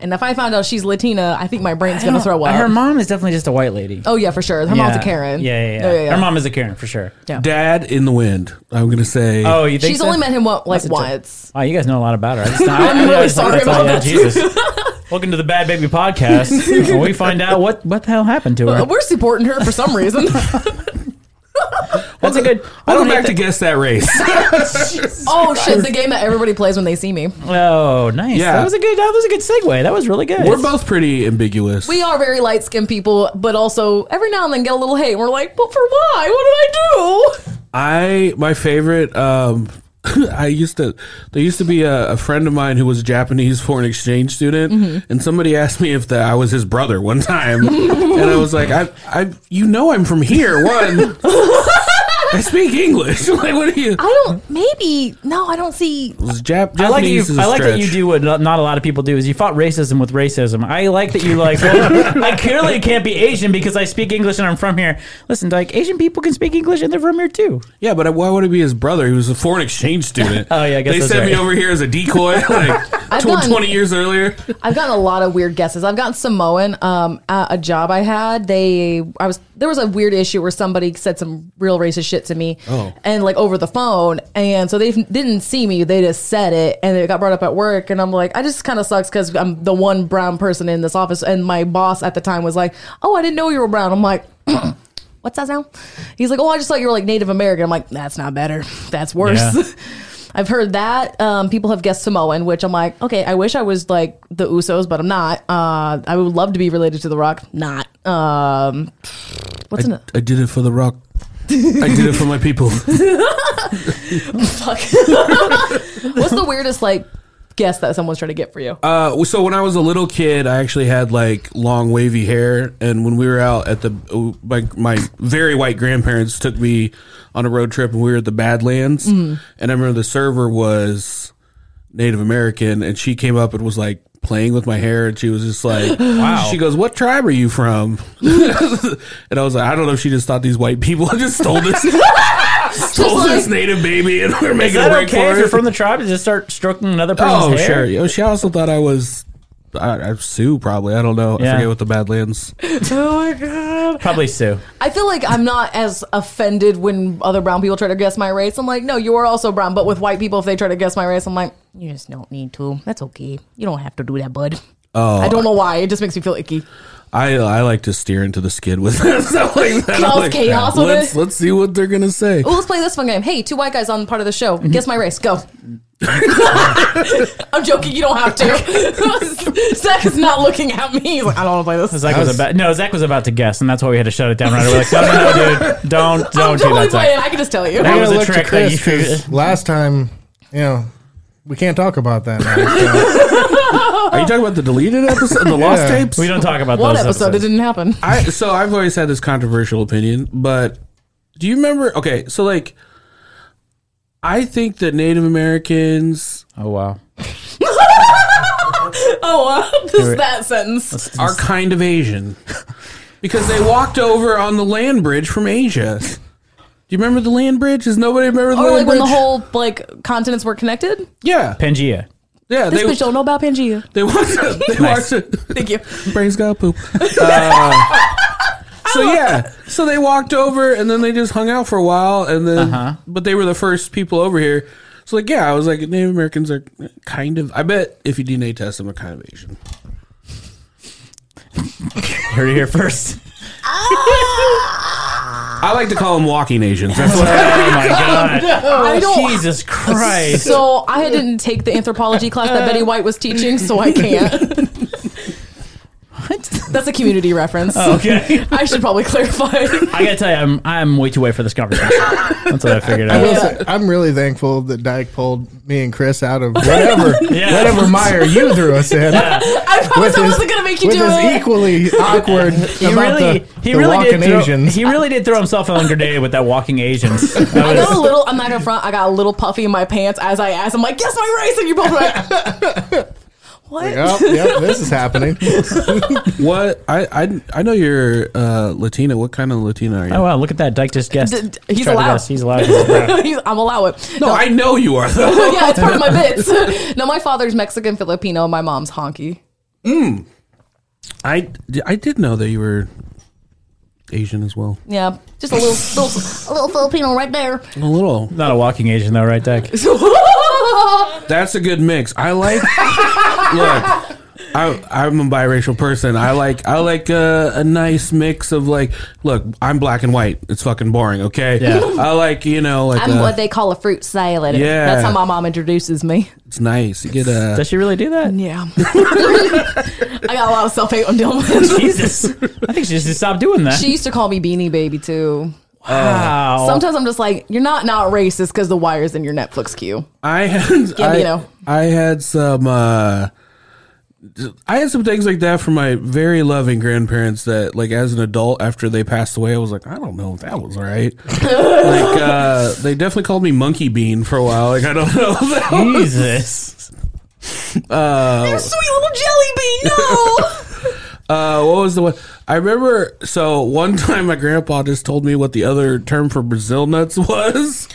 [SPEAKER 1] and if I found out she's Latina, I think my brain's gonna throw up.
[SPEAKER 2] Her mom is definitely just a white lady.
[SPEAKER 1] oh yeah, for sure. Her mom's a Karen.
[SPEAKER 2] Yeah, yeah, yeah.
[SPEAKER 1] Oh, yeah, yeah.
[SPEAKER 2] Her mom is a Karen for sure.
[SPEAKER 4] Dad in the wind. I'm gonna say.
[SPEAKER 2] Oh, you think
[SPEAKER 1] She's
[SPEAKER 2] so?
[SPEAKER 1] only met him one, like
[SPEAKER 2] That's a joke.
[SPEAKER 1] once.
[SPEAKER 2] Wow, you guys know a lot about her. I just, I, am
[SPEAKER 1] really sorry about that.
[SPEAKER 2] Jesus. Welcome to the Bad Baby Podcast. where we find out what what the hell happened to her.
[SPEAKER 1] We're supporting her for some reason.
[SPEAKER 2] That's a good. I don't
[SPEAKER 4] Welcome back
[SPEAKER 2] hate
[SPEAKER 4] to guess that race.
[SPEAKER 1] oh shit, the game that everybody plays when they see me.
[SPEAKER 2] that- Oh, nice.
[SPEAKER 4] Yeah.
[SPEAKER 2] that was a good. That was a good segue. That was really good.
[SPEAKER 4] We're both pretty ambiguous.
[SPEAKER 1] We are very light skinned people, but also every now and then get a little hate. We're like, but for why? What did I do?
[SPEAKER 4] I my favorite. Um, I used to. There used to be a, a friend of mine who was a Japanese foreign exchange student,
[SPEAKER 2] Mm-hmm.
[SPEAKER 4] and somebody asked me if the, I was his brother one time, and I was like, "I, I, you know, I'm from here. One, I speak English. like, what are you?"
[SPEAKER 1] I don't. Maybe no. I don't see.
[SPEAKER 4] It was Jap-
[SPEAKER 2] I like that you.
[SPEAKER 4] Japanese is a
[SPEAKER 2] I like that you
[SPEAKER 4] stretch.
[SPEAKER 2] do what not, not a lot of people do is you fought racism with racism. I like that you like. Well, I clearly can't be Asian because I speak English and I'm from here. Listen, like Asian people can speak English and they're from here too.
[SPEAKER 4] Yeah, but why would it be his brother? He was a foreign exchange student.
[SPEAKER 2] Oh, yeah, I guess
[SPEAKER 4] they
[SPEAKER 2] that's
[SPEAKER 4] sent me
[SPEAKER 2] right.
[SPEAKER 4] over here as a decoy, like tw-
[SPEAKER 1] gotten-
[SPEAKER 4] twenty years earlier.
[SPEAKER 1] I've gotten a lot of weird guesses. I've gotten Samoan. Um, at a job I had, they I was there was a weird issue where somebody said some real racist shit to me,
[SPEAKER 4] Oh.
[SPEAKER 1] and like over the phone, and so they didn't see me. They just said it, and it got brought up at work, and I'm like, I just kind of sucks because I'm the one brown person in this office, and my boss at the time was like, Oh, I didn't know you were brown. I'm like. What's that sound? He's like, oh, I just thought you were like Native American. I'm like, that's not better. That's worse.
[SPEAKER 2] Yeah.
[SPEAKER 1] I've heard that um, people have guessed Samoan, which I'm like, okay, I wish I was like the Usos, but I'm not. Uh, I would love to be related to The Rock, not. Um, what's in
[SPEAKER 4] I,
[SPEAKER 1] it?
[SPEAKER 4] I did it for the rock. I did it for my people.
[SPEAKER 1] Fuck. what's the weirdest like guess that someone's trying to get for you?
[SPEAKER 4] Uh, so when I was a little kid, I actually had like long wavy hair, and when we were out at the my my very white grandparents took
[SPEAKER 2] Mm.
[SPEAKER 4] me on a road trip, and we were at the Badlands, and I remember the server was Native American, and she came up and was like playing with my hair, and she was just like,
[SPEAKER 2] Wow.
[SPEAKER 4] She goes, "What tribe are you from?" and I was like, "I don't know." if She just thought these white people just stole this, stole this Native baby, and we're
[SPEAKER 2] Is
[SPEAKER 4] making a
[SPEAKER 2] that
[SPEAKER 4] break
[SPEAKER 2] okay
[SPEAKER 4] for
[SPEAKER 2] if
[SPEAKER 4] it.
[SPEAKER 2] you're from the tribe to just start stroking another person's
[SPEAKER 4] oh,
[SPEAKER 2] hair?
[SPEAKER 4] sure. Oh, she also thought I was. I, I Sue probably. I don't know. I
[SPEAKER 2] Yeah.
[SPEAKER 4] forget what the Badlands.
[SPEAKER 12] Oh my god.
[SPEAKER 2] Probably Sue.
[SPEAKER 1] I feel like I'm not as offended when other brown people try to guess my race. I'm like, no, you are also brown. But with white people, if they try to guess my race, I'm like,
[SPEAKER 12] You just don't need to. That's okay. You don't have to do that, bud.
[SPEAKER 2] Oh.
[SPEAKER 1] I don't know why. It just makes me feel icky.
[SPEAKER 4] I uh, I like to steer into the skid with stuff like that. I'm
[SPEAKER 1] Cause
[SPEAKER 4] like,
[SPEAKER 1] chaos with
[SPEAKER 4] let's
[SPEAKER 1] it.
[SPEAKER 4] let's see what they're gonna say.
[SPEAKER 1] Well, let's play this fun game. Hey, two white guys on part of the
[SPEAKER 2] Mm-hmm.
[SPEAKER 1] show. Guess my race. Go. I'm joking. You don't have to. Zach is not looking at me. He's like, I don't want to play this.
[SPEAKER 2] Zach was about no. Zach was about to guess, and that's why we had to shut it down right away. Like, no, no, no, dude, don't,
[SPEAKER 1] I'm
[SPEAKER 2] don't do
[SPEAKER 1] totally
[SPEAKER 2] that. Zach.
[SPEAKER 1] playing. I can just tell you.
[SPEAKER 2] That
[SPEAKER 5] I'm
[SPEAKER 2] was
[SPEAKER 5] gonna
[SPEAKER 2] a
[SPEAKER 5] look to
[SPEAKER 2] trick that you
[SPEAKER 5] Chris 'cause last time, you know, we can't talk about that. Now, so.
[SPEAKER 4] Are you talking about the deleted episode, the lost
[SPEAKER 5] Yeah.
[SPEAKER 4] tapes?
[SPEAKER 2] We don't talk about
[SPEAKER 1] One
[SPEAKER 2] those
[SPEAKER 1] episode, it
[SPEAKER 2] episodes.
[SPEAKER 1] didn't happen.
[SPEAKER 4] I so I've always had this controversial opinion, but do you remember? Okay, so like, I think that Native Americans
[SPEAKER 2] Oh wow.
[SPEAKER 1] Oh, uh, this, that sentence.
[SPEAKER 4] are kind of Asian because they walked over on the land bridge from Asia. Do you remember the land bridge? Does nobody remember the
[SPEAKER 1] Or
[SPEAKER 4] land
[SPEAKER 1] Oh, like
[SPEAKER 4] bridge?
[SPEAKER 1] when the whole like continents were connected.
[SPEAKER 4] yeah,
[SPEAKER 2] Pangea.
[SPEAKER 4] yeah.
[SPEAKER 1] This
[SPEAKER 4] They,
[SPEAKER 1] bitch don't know about Pangea.
[SPEAKER 4] they walked. They
[SPEAKER 2] Nice.
[SPEAKER 4] walked.
[SPEAKER 1] Thank you.
[SPEAKER 4] Praise God, poop. Uh, so yeah, so they walked over and then they just hung out for a while, and then but they were the first people over here. So like, yeah, I was like, Native Americans are kind of. I bet if you DNA test them, they're kind of Asian.
[SPEAKER 2] Heard it here first.
[SPEAKER 4] I like to call them walking Asians. That's what I,
[SPEAKER 2] Oh my god.
[SPEAKER 1] I don't.
[SPEAKER 2] Jesus Christ.
[SPEAKER 1] So I didn't take the anthropology class that Betty White was teaching, so I can't. That's a community reference.
[SPEAKER 2] Oh, okay.
[SPEAKER 1] I should probably clarify.
[SPEAKER 2] I gotta tell you, I'm I'm way too late for this conversation. That's what I figured
[SPEAKER 5] I will
[SPEAKER 2] out.
[SPEAKER 5] say, I'm really thankful that Dyke pulled me and Chris out of whatever
[SPEAKER 2] Yeah.
[SPEAKER 5] whatever mire you threw us in.
[SPEAKER 1] I promise I
[SPEAKER 5] With his-
[SPEAKER 1] wasn't gonna make you
[SPEAKER 5] with
[SPEAKER 1] do
[SPEAKER 5] his
[SPEAKER 1] it.
[SPEAKER 5] equally awkward
[SPEAKER 2] He
[SPEAKER 5] about
[SPEAKER 2] really,
[SPEAKER 5] the,
[SPEAKER 2] he
[SPEAKER 5] the
[SPEAKER 2] really
[SPEAKER 5] walking
[SPEAKER 2] did. Throw,
[SPEAKER 5] Asians.
[SPEAKER 2] He really did throw himself on grenade with that walking Asians. That
[SPEAKER 1] I
[SPEAKER 2] was-
[SPEAKER 1] got a little. I'm not gonna front. I got a little puffy in my pants as I asked. I'm like, guess my race, and you both were like, what?
[SPEAKER 5] Yep, yep, this is happening.
[SPEAKER 4] what I, I I know you're uh, Latina. What kind of Latina are you?
[SPEAKER 2] oh wow, look at that. Dyke just guessed.
[SPEAKER 1] D- d- he's
[SPEAKER 2] Tried to
[SPEAKER 1] allowed.
[SPEAKER 2] guess. He's allowed. He's allowed.
[SPEAKER 1] He's- I'm allow it.
[SPEAKER 4] no, I know you are though.
[SPEAKER 1] yeah, it's part of my bits. no, my father's Mexican Filipino. My mom's honky.
[SPEAKER 4] I I did know that you were Asian as well.
[SPEAKER 1] Yeah, just a little, little, a little Filipino right there.
[SPEAKER 4] A little.
[SPEAKER 2] Not a walking Asian though, right, Dyke?
[SPEAKER 4] That's a good mix. I like. look, I, I'm a biracial person. I like I like uh, a, a nice mix of like. Look, I'm black and white. It's fucking boring. Okay.
[SPEAKER 2] Yeah.
[SPEAKER 4] I like you know like uh,
[SPEAKER 1] I'm
[SPEAKER 4] a-
[SPEAKER 1] what they call a fruit salad.
[SPEAKER 4] Yeah.
[SPEAKER 1] That's how my mom introduces me.
[SPEAKER 4] it's nice. You get a
[SPEAKER 2] Does she really do that?
[SPEAKER 1] Yeah. I got a lot of self hate on dealing with.
[SPEAKER 2] Jesus, I think she just stopped doing that. Oh,
[SPEAKER 1] She used to call me Beanie Baby too.
[SPEAKER 4] Oh.
[SPEAKER 2] wow.
[SPEAKER 1] Sometimes I'm just like, you're not not racist because the wire's in your Netflix queue.
[SPEAKER 4] I had I,
[SPEAKER 1] Gambino.
[SPEAKER 4] I had some uh I had some things like that from my very loving grandparents that like as an adult after they passed away I was like I don't know if that was right. like uh they definitely called me monkey bean for a while. Like I don't know if that was
[SPEAKER 2] Jesus.
[SPEAKER 1] Sweet little jelly bean, no.
[SPEAKER 4] Uh, what was the one? I remember. So one time, my grandpa just told me what the other term for Brazil nuts was.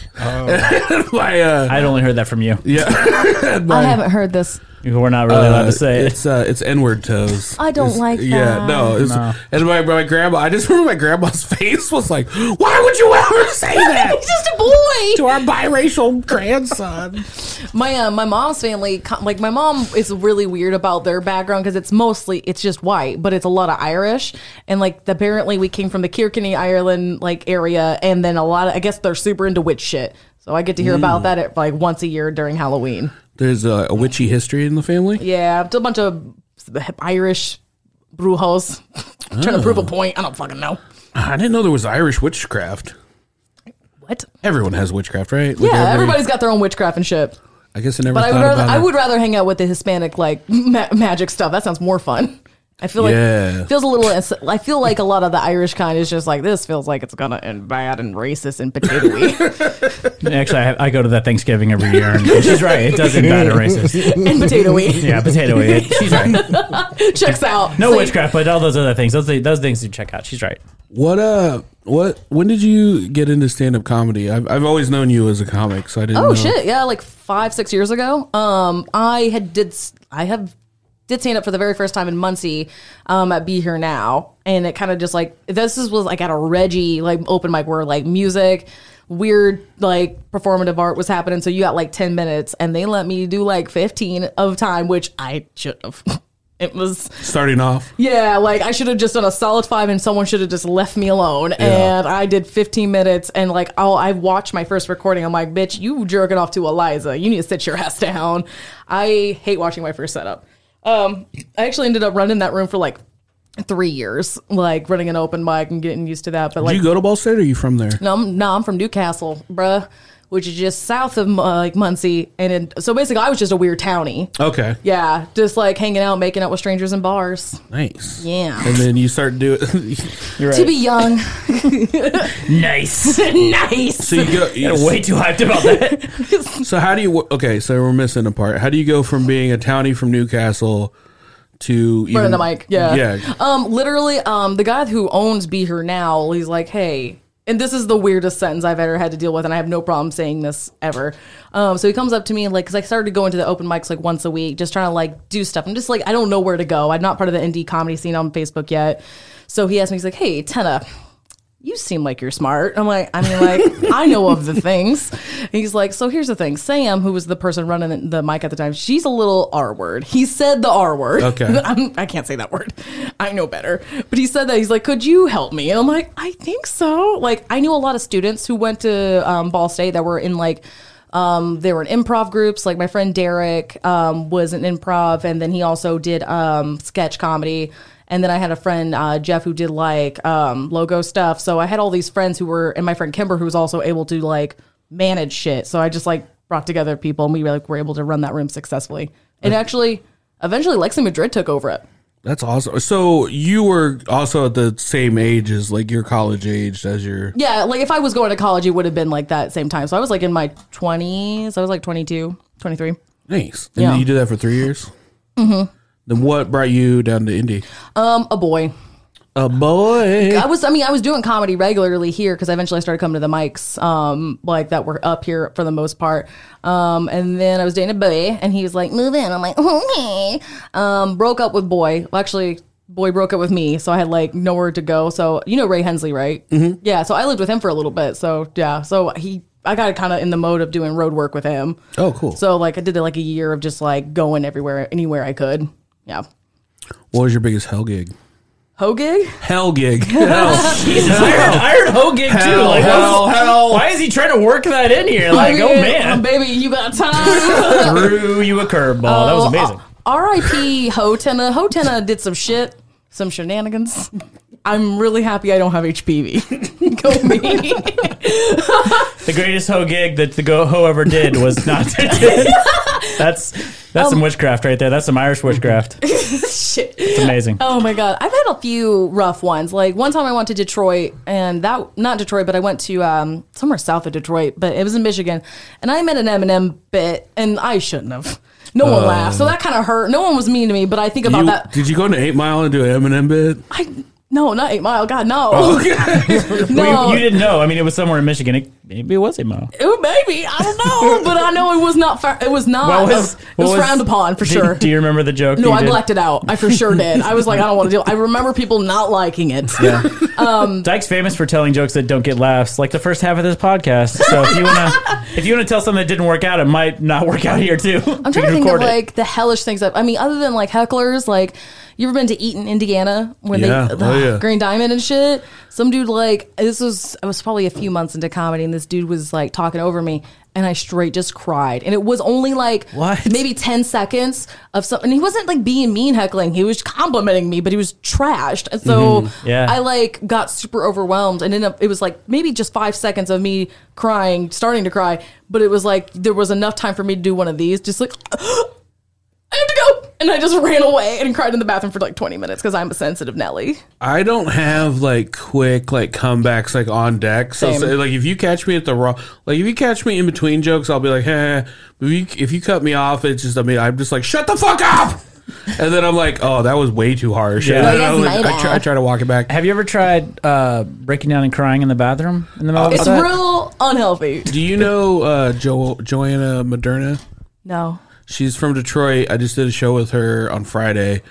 [SPEAKER 4] my, uh,
[SPEAKER 2] I'd only heard that from you.
[SPEAKER 4] yeah,
[SPEAKER 1] I
[SPEAKER 4] my,
[SPEAKER 1] haven't heard this.
[SPEAKER 2] We're not really allowed
[SPEAKER 4] uh,
[SPEAKER 2] to say it.
[SPEAKER 4] it's uh, it's N-word toes.
[SPEAKER 1] I don't
[SPEAKER 4] It's-
[SPEAKER 1] like
[SPEAKER 4] Yeah,
[SPEAKER 1] that.
[SPEAKER 4] no. It's,
[SPEAKER 2] No.
[SPEAKER 4] And my my grandma. I just remember my grandma's face was like, "Why would you ever say that?"
[SPEAKER 1] He's just a boy.
[SPEAKER 4] To our biracial grandson,
[SPEAKER 1] my uh, my mom's family co- like my mom is really weird about their background because it's mostly it's just white but it's a lot of irish and like apparently we came from the kilkenny ireland like area and then a lot of i guess they're super into witch shit so i get to hear about that at, like once a year during halloween
[SPEAKER 4] there's a, a witchy history in the family.
[SPEAKER 1] yeah it's a bunch of irish brujos trying to prove a point i don't fucking know
[SPEAKER 4] I didn't know there was Irish witchcraft.
[SPEAKER 1] what
[SPEAKER 4] Everyone has witchcraft, right? Like
[SPEAKER 1] yeah
[SPEAKER 4] every-
[SPEAKER 1] everybody's got their own witchcraft and shit
[SPEAKER 4] I guess I never.
[SPEAKER 1] but i
[SPEAKER 4] thought
[SPEAKER 1] would rather
[SPEAKER 4] about
[SPEAKER 1] i
[SPEAKER 4] it.
[SPEAKER 1] would rather hang out with the hispanic like ma- magic stuff that sounds more fun
[SPEAKER 13] I feel like
[SPEAKER 4] Yeah.
[SPEAKER 13] feels a little. ins- I feel like a lot of the Irish kind is just like this. Feels like it's gonna end bad and racist and potatoey
[SPEAKER 2] Actually, I, have, I go to that Thanksgiving every year, and she's right. It does end bad and racist.
[SPEAKER 13] and potatoey.
[SPEAKER 2] Yeah, potato it. She's right.
[SPEAKER 13] Checks out.
[SPEAKER 2] No
[SPEAKER 13] So-
[SPEAKER 2] witchcraft, but all those other things. Those those things to check out. She's right.
[SPEAKER 4] What uh what when did you get into stand up comedy? I've I've always known you as a comic, so I didn't
[SPEAKER 1] Oh
[SPEAKER 4] know.
[SPEAKER 1] shit, yeah, like five, six years ago. Um, I had did s- I have did stand up for the very first time in Muncie, um, at Be Here Now, and it kind of just like this is was like at a Reggie like open mic where like music, weird like performative art was happening. So you got like ten minutes, and they let me do like fifteen of time, which I should have. It was
[SPEAKER 4] Starting off.
[SPEAKER 1] yeah, like I should have just done a solid five and someone should have just left me alone.
[SPEAKER 4] Yeah.
[SPEAKER 1] And I did 15 minutes and like, oh, I watched my first recording. I'm like, bitch, you jerking off to Eliza. You need to sit your ass down. I hate watching my first setup. Um, I actually ended up running that room for like three years, like running an open mic and getting used to that. But
[SPEAKER 4] Did
[SPEAKER 1] like,
[SPEAKER 4] you go to Ball State or are you from there?
[SPEAKER 1] no, I'm, no, I'm from Newcastle, bruh, which is just south of uh, like Muncie. And in, so basically, I was just a weird townie.
[SPEAKER 4] Okay.
[SPEAKER 1] Yeah, just like hanging out, making out with strangers in bars.
[SPEAKER 4] Nice.
[SPEAKER 1] Yeah.
[SPEAKER 4] And then you start doing
[SPEAKER 2] You're
[SPEAKER 1] To be young.
[SPEAKER 2] nice.
[SPEAKER 1] nice.
[SPEAKER 4] So you go
[SPEAKER 2] You're way too hyped about that.
[SPEAKER 4] So how do you okay, so we're missing a part. How do you go from being a townie from Newcastle to even,
[SPEAKER 1] Burn the mic. Yeah.
[SPEAKER 4] Yeah.
[SPEAKER 1] Um, literally, um, the guy who owns Be Here Now, he's like, hey, and this is the weirdest sentence I've ever had to deal with, and I have no problem saying this ever. Um, so he comes up to me and like, because I started to go into the open mics like once a week, just trying to like do stuff. I'm just like, I don't know where to go. I'm not part of the indie comedy scene on Facebook yet. So he asked me, he's like, hey, Tenna, you seem like you're smart. I'm like, I mean, like, I know of the things. And he's like, so here's the thing. Sam, who was the person running the mic at the time, she's a little R word. He said the R word.
[SPEAKER 4] Okay.
[SPEAKER 1] I'm, I can't say that word. I know better. But he said that. He's like, could you help me? And I'm like, I think so. Like, I knew a lot of students who went to um, Ball State that were in like, um, they were in improv groups. Like my friend Derek um, was in improv, and then he also did um, sketch comedy. And then I had a friend uh, Jeff who did like um, logo stuff. So I had all these friends who were, and my friend Kimber who was also able to like manage shit. So I just like brought together people, and we like were able to run that room successfully. And actually, eventually, Lexi Madrid took over it.
[SPEAKER 4] That's awesome. So you were also at the same age as like your college aged as your
[SPEAKER 1] Yeah, like if I was going to college, it would have been like that same time. So I was like in my twenties. I was like 22, 23.
[SPEAKER 4] Nice. And
[SPEAKER 1] Yeah.
[SPEAKER 4] you did that for three years? Mm-hmm. Then what brought you down to Indy?
[SPEAKER 1] Um, a boy.
[SPEAKER 4] A boy.
[SPEAKER 1] I was, I mean, I was doing comedy regularly here because eventually I started coming to the mics, um, like that were up here for the most part. Um, and then I was dating a boy, and he was like, "Move in." I'm like, "Okay." Um, broke up with boy. Well, actually, boy broke up with me, so I had like nowhere to go. So you know Ray Hensley, right? Mm-hmm. Yeah. So I lived with him for a little bit. So yeah. So he, I got kind of in the mode of doing road work with him.
[SPEAKER 4] Oh, cool.
[SPEAKER 1] So like I did like a year of just like going everywhere, anywhere I could. Yeah.
[SPEAKER 4] what was your biggest hell gig?
[SPEAKER 1] Ho gig.
[SPEAKER 4] Hell gig. Hell.
[SPEAKER 2] Jesus, I heard, I heard Ho gig too.
[SPEAKER 4] Hell,
[SPEAKER 2] like,
[SPEAKER 4] hell,
[SPEAKER 2] why-
[SPEAKER 4] hell.
[SPEAKER 2] Why is he trying to work that in here? Like, oh
[SPEAKER 1] Yeah,
[SPEAKER 2] man,
[SPEAKER 1] Um, baby, you got time.
[SPEAKER 2] threw you a curveball. Oh, that
[SPEAKER 1] Oh, uh,
[SPEAKER 2] was amazing.
[SPEAKER 1] R.I.P. Hotenna. Hotenna did some shit, some shenanigans. I'm really happy I don't have HPV. Go me.
[SPEAKER 2] The greatest Ho gig that the go Ho ever did was not. that's that's
[SPEAKER 1] Um,
[SPEAKER 2] some witchcraft right there. That's some Irish witchcraft. It's
[SPEAKER 1] shit.
[SPEAKER 2] amazing.
[SPEAKER 1] Oh my god, I've had a few rough ones. Like one time I went to Detroit, and that not Detroit, but I went to um, somewhere south of Detroit, but it was in Michigan, and I met an Eminem bit, and I shouldn't have. No one
[SPEAKER 2] Uh.
[SPEAKER 1] laughed, so that kind of hurt. No one was mean to me, but I think about
[SPEAKER 4] You-
[SPEAKER 1] that.
[SPEAKER 4] did you go into Eight Mile and do an Eminem bit?
[SPEAKER 1] I no, not Eight Mile. God, no,
[SPEAKER 2] Oh.
[SPEAKER 1] no. Uh,
[SPEAKER 2] Well, you, you didn't know. I mean, it was somewhere in Michigan. It, maybe it was a mile.
[SPEAKER 1] Ooh, maybe I don't know, but I know it was not. Far, it was not.
[SPEAKER 2] What
[SPEAKER 1] it was, frowned upon for
[SPEAKER 2] do,
[SPEAKER 1] sure.
[SPEAKER 2] Do you remember the joke?
[SPEAKER 1] no,
[SPEAKER 2] that you
[SPEAKER 1] I
[SPEAKER 2] did?
[SPEAKER 1] blacked it out. I for sure did. I was like, I don't want to deal. I remember people not liking it.
[SPEAKER 2] Dyke's famous for telling jokes that don't get laughs, like the first half of this podcast. So if you wanna, if you wanna tell something that didn't work out, it might not work out here too.
[SPEAKER 1] I'm trying to think of like the hellish things that I mean, other than like hecklers. Like, you ever been to Eaton, Indiana, when
[SPEAKER 4] Yeah.
[SPEAKER 1] they
[SPEAKER 4] Oh,
[SPEAKER 1] ugh,
[SPEAKER 4] yeah.
[SPEAKER 1] Green Diamond and shit? Some dude like this was I was probably a few months into comedy, and this dude was like talking over me, and I straight just cried, and it was only like
[SPEAKER 2] What?
[SPEAKER 1] maybe ten seconds of something. And he wasn't like being mean heckling; he was complimenting me, but he was trashed. And
[SPEAKER 4] Mm-hmm.
[SPEAKER 1] so
[SPEAKER 2] Yeah.
[SPEAKER 1] I like got super overwhelmed, and ended up it was like maybe just five seconds of me crying, starting to cry, but it was like there was enough time for me to do one of these, just like. I have to go. And I just ran away and cried in the bathroom for like 20 minutes because I'm a sensitive Nelly.
[SPEAKER 4] I don't have like quick like comebacks like on deck. So,
[SPEAKER 1] Same.
[SPEAKER 4] say, like if you catch me at the raw, like if you catch me in between jokes, I'll be like, "Hey," but if you, if you cut me off, it's just I mean I'm just like, "Shut the fuck up," and then I'm like, "Oh, that was way too harsh." And
[SPEAKER 2] Yeah.
[SPEAKER 4] then
[SPEAKER 6] Well,
[SPEAKER 4] I'm
[SPEAKER 6] that's
[SPEAKER 4] like-
[SPEAKER 6] my
[SPEAKER 4] I, try, I
[SPEAKER 6] bad.
[SPEAKER 4] try to walk it back.
[SPEAKER 2] Have you ever tried uh, breaking down and crying in the bathroom in the middle of
[SPEAKER 1] It's
[SPEAKER 2] set?
[SPEAKER 1] real unhealthy.
[SPEAKER 4] Do you know uh, jo- Joanna Moderna?
[SPEAKER 1] No.
[SPEAKER 4] She's from Detroit. I just did a show with her on Friday.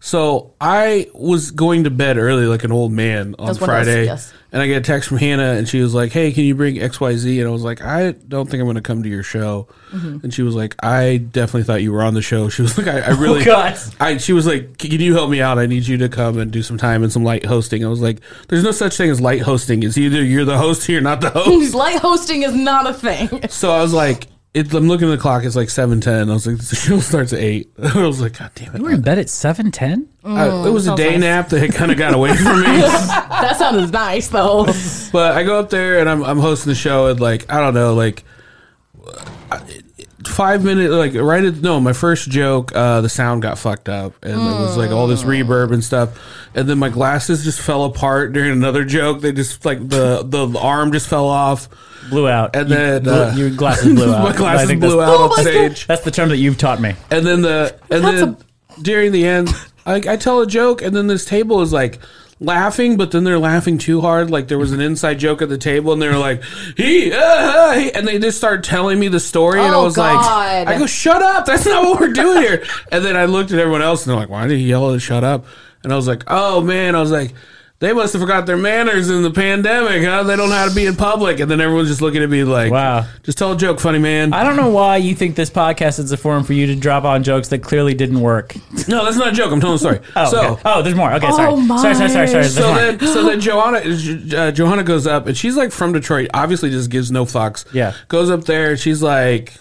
[SPEAKER 4] So I was going to bed early like an old man on
[SPEAKER 6] That's one of those,
[SPEAKER 4] Friday.
[SPEAKER 6] yes.
[SPEAKER 4] And I get a text from Hannah and she was like, Hey, can you bring XYZ? And I was like, I don't think I'm going to come to your show.
[SPEAKER 6] Mm-hmm.
[SPEAKER 4] And she was like, I definitely thought you were on the show. She was like, I, I
[SPEAKER 6] Oh,
[SPEAKER 4] really.
[SPEAKER 2] God.
[SPEAKER 4] I, she was like, Can you help me out? I need you to come and do some time and some light hosting. I was like, There's no such thing as light hosting. It's either you're the host or you're not the host.
[SPEAKER 1] Light hosting is not a thing.
[SPEAKER 4] So I was like, it, I'm looking at the clock. It's like seven ten. I was like, the show starts at eight. I was like, God damn it!
[SPEAKER 2] You were in bed at seven ten.
[SPEAKER 4] I- it was a
[SPEAKER 1] sounds
[SPEAKER 4] day
[SPEAKER 1] nice.
[SPEAKER 4] nap that had kind of got away from me.
[SPEAKER 1] That sounded nice though.
[SPEAKER 4] but I go up there and I'm I'm hosting the show at like I don't know like uh, five minute like right at no my first joke uh the sound got fucked up and it was like all this reverb and stuff and then my glasses just fell apart during another joke they just like the the arm just fell off
[SPEAKER 2] Blew out.
[SPEAKER 4] And
[SPEAKER 2] You-
[SPEAKER 4] then,
[SPEAKER 2] blew-
[SPEAKER 4] uh,
[SPEAKER 2] your glasses blew out.
[SPEAKER 4] my
[SPEAKER 2] I
[SPEAKER 4] glasses
[SPEAKER 2] think
[SPEAKER 4] blew
[SPEAKER 2] that's,
[SPEAKER 4] out on stage
[SPEAKER 2] That's the term that you've taught me.
[SPEAKER 4] And then the and then during the end, I, I tell a joke, and then this table is like laughing, but then they're laughing too hard. Like there was an inside joke at the table, and they were like, "He," uh, uh, he," and they just started telling me the story, and I
[SPEAKER 6] Oh,
[SPEAKER 4] was
[SPEAKER 6] God.
[SPEAKER 4] like, "I go, shut up! That's not what we're doing here." and then I looked at everyone else, and they're like, "Why did he yell to shut up?" And I was like, "Oh man," I was like. They must have forgot their manners in the pandemic, huh? They don't know how to be in public. And then everyone's just looking at me like,
[SPEAKER 2] Wow.
[SPEAKER 4] Just tell a joke, funny man.
[SPEAKER 2] I don't know why you think this podcast is a forum for you to drop on jokes that clearly didn't work.
[SPEAKER 4] no, that's not a joke. I'm telling a story.
[SPEAKER 2] Oh,
[SPEAKER 4] so,
[SPEAKER 2] okay. oh, there's more. Okay, sorry. sorry, sorry, sorry, sorry. There's
[SPEAKER 4] so
[SPEAKER 2] more.
[SPEAKER 4] then, so then Joanna, uh, Johanna goes up and she's like from Detroit. Obviously, just gives no fucks.
[SPEAKER 2] Yeah.
[SPEAKER 4] goes up there and she's like,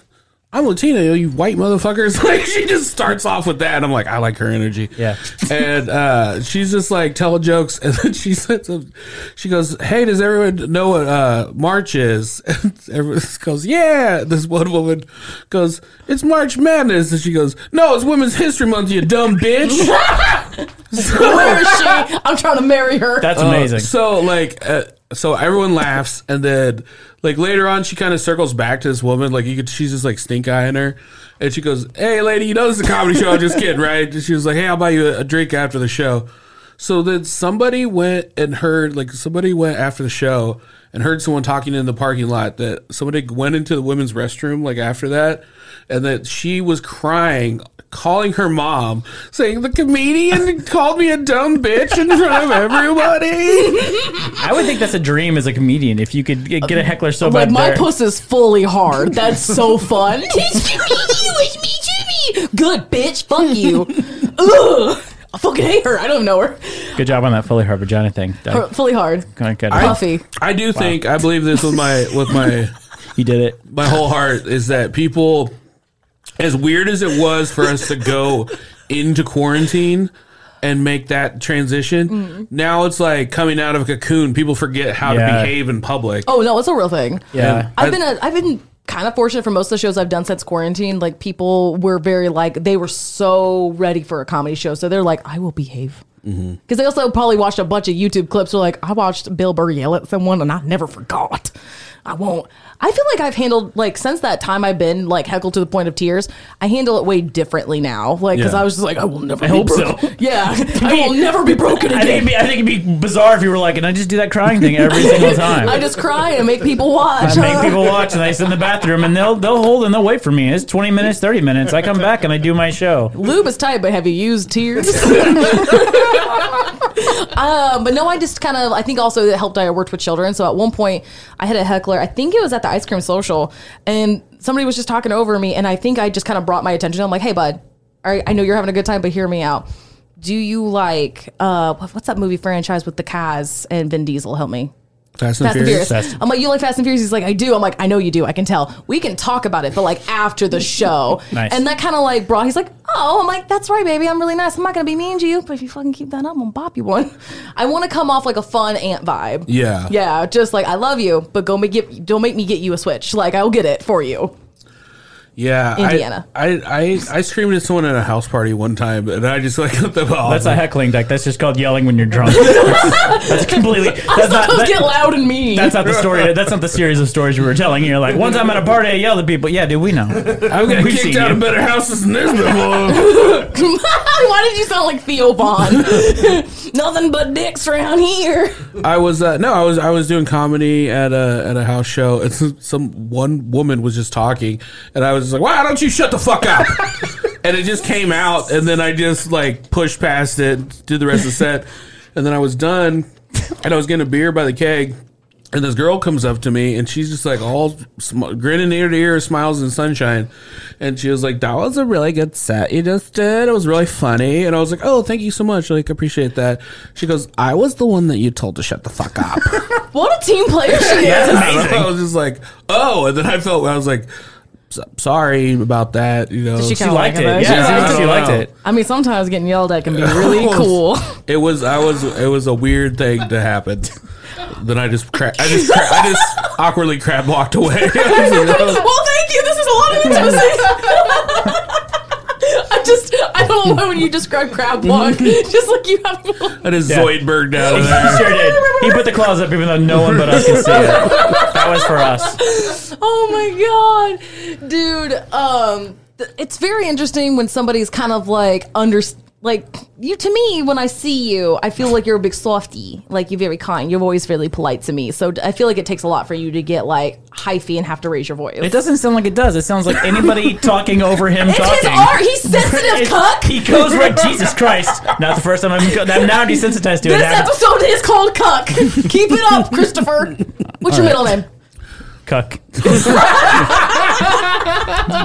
[SPEAKER 4] "I'm Latina, you white motherfuckers." Like she just starts off with that, and I'm like, I like her energy.
[SPEAKER 2] Yeah.
[SPEAKER 4] and uh, she's just like telling jokes, and then she says, "She goes, hey, does everyone know what uh, March is?" And everyone goes, "Yeah." This one woman goes, "It's March Madness," and she goes, "No, it's Women's History Month, you dumb bitch."
[SPEAKER 1] Where is she? I'm trying to marry her.
[SPEAKER 2] that's
[SPEAKER 4] Uh,
[SPEAKER 2] amazing.
[SPEAKER 4] so like, uh, so everyone laughs, and then like later on, she kind of circles back to this woman. Like you could, she's just like stink eyeing her, and she goes, "Hey, lady, you know this is a comedy show. I'm just kidding, right?" And she was like, "Hey, I'll buy you a, a drink after the show." So then somebody went and heard, like somebody went after the show and heard someone talking in the parking lot that somebody went into the women's restroom like after that and that she was crying calling her mom saying the comedian called me a dumb bitch in front of everybody
[SPEAKER 2] I would think that's a dream as a comedian if you could get a heckler so
[SPEAKER 1] like
[SPEAKER 2] bad.
[SPEAKER 1] my
[SPEAKER 2] they're-
[SPEAKER 1] puss is fully hard. That's so fun. Teach me, you me, Jimmy. Good bitch. Fuck you. Ugh. I fucking hate her. I don't know her.
[SPEAKER 2] Good job on that fully hard vagina thing.
[SPEAKER 1] Her-
[SPEAKER 2] Doug.
[SPEAKER 1] Fully hard.
[SPEAKER 2] Kinda good.
[SPEAKER 1] Puffy.
[SPEAKER 4] i do think i believe this with my with my
[SPEAKER 2] you did it.
[SPEAKER 4] my whole heart is that people as weird as it was for us to go into quarantine and make that transition now it's like coming out of a cocoon people forget how
[SPEAKER 2] Yeah.
[SPEAKER 4] to behave in public
[SPEAKER 1] Oh no, it's a real thing.
[SPEAKER 2] Yeah.
[SPEAKER 1] I've been a, I've been kind of fortunate for most of the shows I've done since quarantine. Like people were very like they were so ready for a comedy show, so they're like, I will behave. Because
[SPEAKER 2] Mm-hmm.
[SPEAKER 1] they also probably watched a bunch of YouTube clips. Where like I watched Bill Burr yell at someone, and I never forgot. I won't. I feel like I've handled like since that time I've been like heckled to the point of tears. I handle it way differently now. Like because
[SPEAKER 4] Yeah.
[SPEAKER 1] I was just like I will never. I be
[SPEAKER 2] hope so.
[SPEAKER 1] broken. Yeah, I will never be broken
[SPEAKER 2] I think, it'd
[SPEAKER 1] again.
[SPEAKER 2] be, I think it'd be bizarre if you were like, and I just do that crying thing every single time.
[SPEAKER 1] I just cry and make people watch.
[SPEAKER 2] I make people watch, and I sit in the bathroom, and they'll they'll hold and they'll wait for me. It's twenty minutes, thirty minutes. I come back and I do my show.
[SPEAKER 1] Lube is tight, but have you used tears? um, but no, I just kind of, I think also it helped. I worked with children. So at one point, I had a heckler. I think it was at the ice cream social, and somebody was just talking over me. And I think I just kind of brought my attention. I'm like, hey, bud, all right, I know you're having a good time, but hear me out. Do you like, uh, what- what's that movie franchise with the Kaz and Vin Diesel? Help me.
[SPEAKER 4] Fast
[SPEAKER 1] Fast and Furious.
[SPEAKER 2] Fast-
[SPEAKER 1] I'm like, you like Fast and Furious? He's like, I do. I'm like, I know you do. I can tell. We can talk about it, but like after the show.
[SPEAKER 2] Nice.
[SPEAKER 1] And that kind of like brought. He's like, oh, I'm like, that's right, baby. I'm really nice. I'm not gonna be mean to you, but if you fucking keep that up, I'm gonna bop you one. I want to come off like a fun aunt vibe.
[SPEAKER 4] Yeah.
[SPEAKER 1] Yeah. Just like I love you, but go make it. Don't make me get you a switch. Like I'll get it for you.
[SPEAKER 4] Yeah, I-
[SPEAKER 6] Indiana.
[SPEAKER 4] I, I I screamed at someone at a house party one time, and I just like got the ball.
[SPEAKER 2] That's not heckling, Deck. That's just called yelling when you're drunk. that's, that's completely. That's not.
[SPEAKER 1] Those
[SPEAKER 2] that-
[SPEAKER 1] get loud and mean.
[SPEAKER 2] that's not the story. That's not the series of stories you were telling. You're like, one time at a party, I yelled at people. Yeah, dude, we know.
[SPEAKER 4] I've got
[SPEAKER 2] We've
[SPEAKER 4] kicked
[SPEAKER 2] seen
[SPEAKER 4] out
[SPEAKER 2] you.
[SPEAKER 4] of better houses than this before.
[SPEAKER 1] Why did you sound like Theo Vaughn? Nothing but dicks around here.
[SPEAKER 4] I was uh, no, I was I was doing comedy at a at a house show, and some, some one woman was just talking, and I was just like, "Why don't you shut the fuck up?" and it just came out, and then I just like pushed past it, did the rest of the set, and then I was done, and I was getting a beer by the keg. And this girl comes up to me, and she's just like all sm- grinning ear to ear, smiles and sunshine. And she was like, "That was a really good set you just did. It was really funny." And I was like, "Oh, thank you so much. Like, appreciate that." She goes, "I was the one that you told to shut the fuck up."
[SPEAKER 1] What a team player she is.
[SPEAKER 2] That's
[SPEAKER 4] I,
[SPEAKER 2] amazing.
[SPEAKER 4] was just like, "Oh," and then I felt I was like, "So- "Sorry about that." You know,
[SPEAKER 2] She liked it. Yeah,
[SPEAKER 4] Yeah.
[SPEAKER 2] she liked
[SPEAKER 4] Yeah.
[SPEAKER 2] it.
[SPEAKER 1] I mean, sometimes getting yelled at can be really cool.
[SPEAKER 4] It was I was it was a weird thing to happen. then I just cra- I just cra- I just awkwardly crab walked away. "Oh."
[SPEAKER 1] well, thank you. This is a lot of intimacy. I just, I don't know why when you describe crab walk, just like you have.
[SPEAKER 4] I just Zoidberg down in there.
[SPEAKER 2] He sure did. He put the claws up, even though no one but us could see it. That was for us.
[SPEAKER 1] Oh my god,
[SPEAKER 6] dude um th- it's very interesting when somebody's kind of like under like you to me when i see you i feel like you're a big softy like you're very kind you're always really polite to me so d- i feel like it takes a lot for you to get like hyphy and have to raise your voice
[SPEAKER 2] It doesn't sound like it does. It sounds like anybody talking over him
[SPEAKER 6] it's
[SPEAKER 2] talking.
[SPEAKER 6] his art he's sensitive
[SPEAKER 2] It-
[SPEAKER 6] cuck
[SPEAKER 2] He goes right. Jesus Christ! Not the first time I'm. go- I'm now desensitized to it.
[SPEAKER 6] this
[SPEAKER 2] Now-
[SPEAKER 6] episode is called cuck keep it up christopher what's your middle name
[SPEAKER 2] Cuck.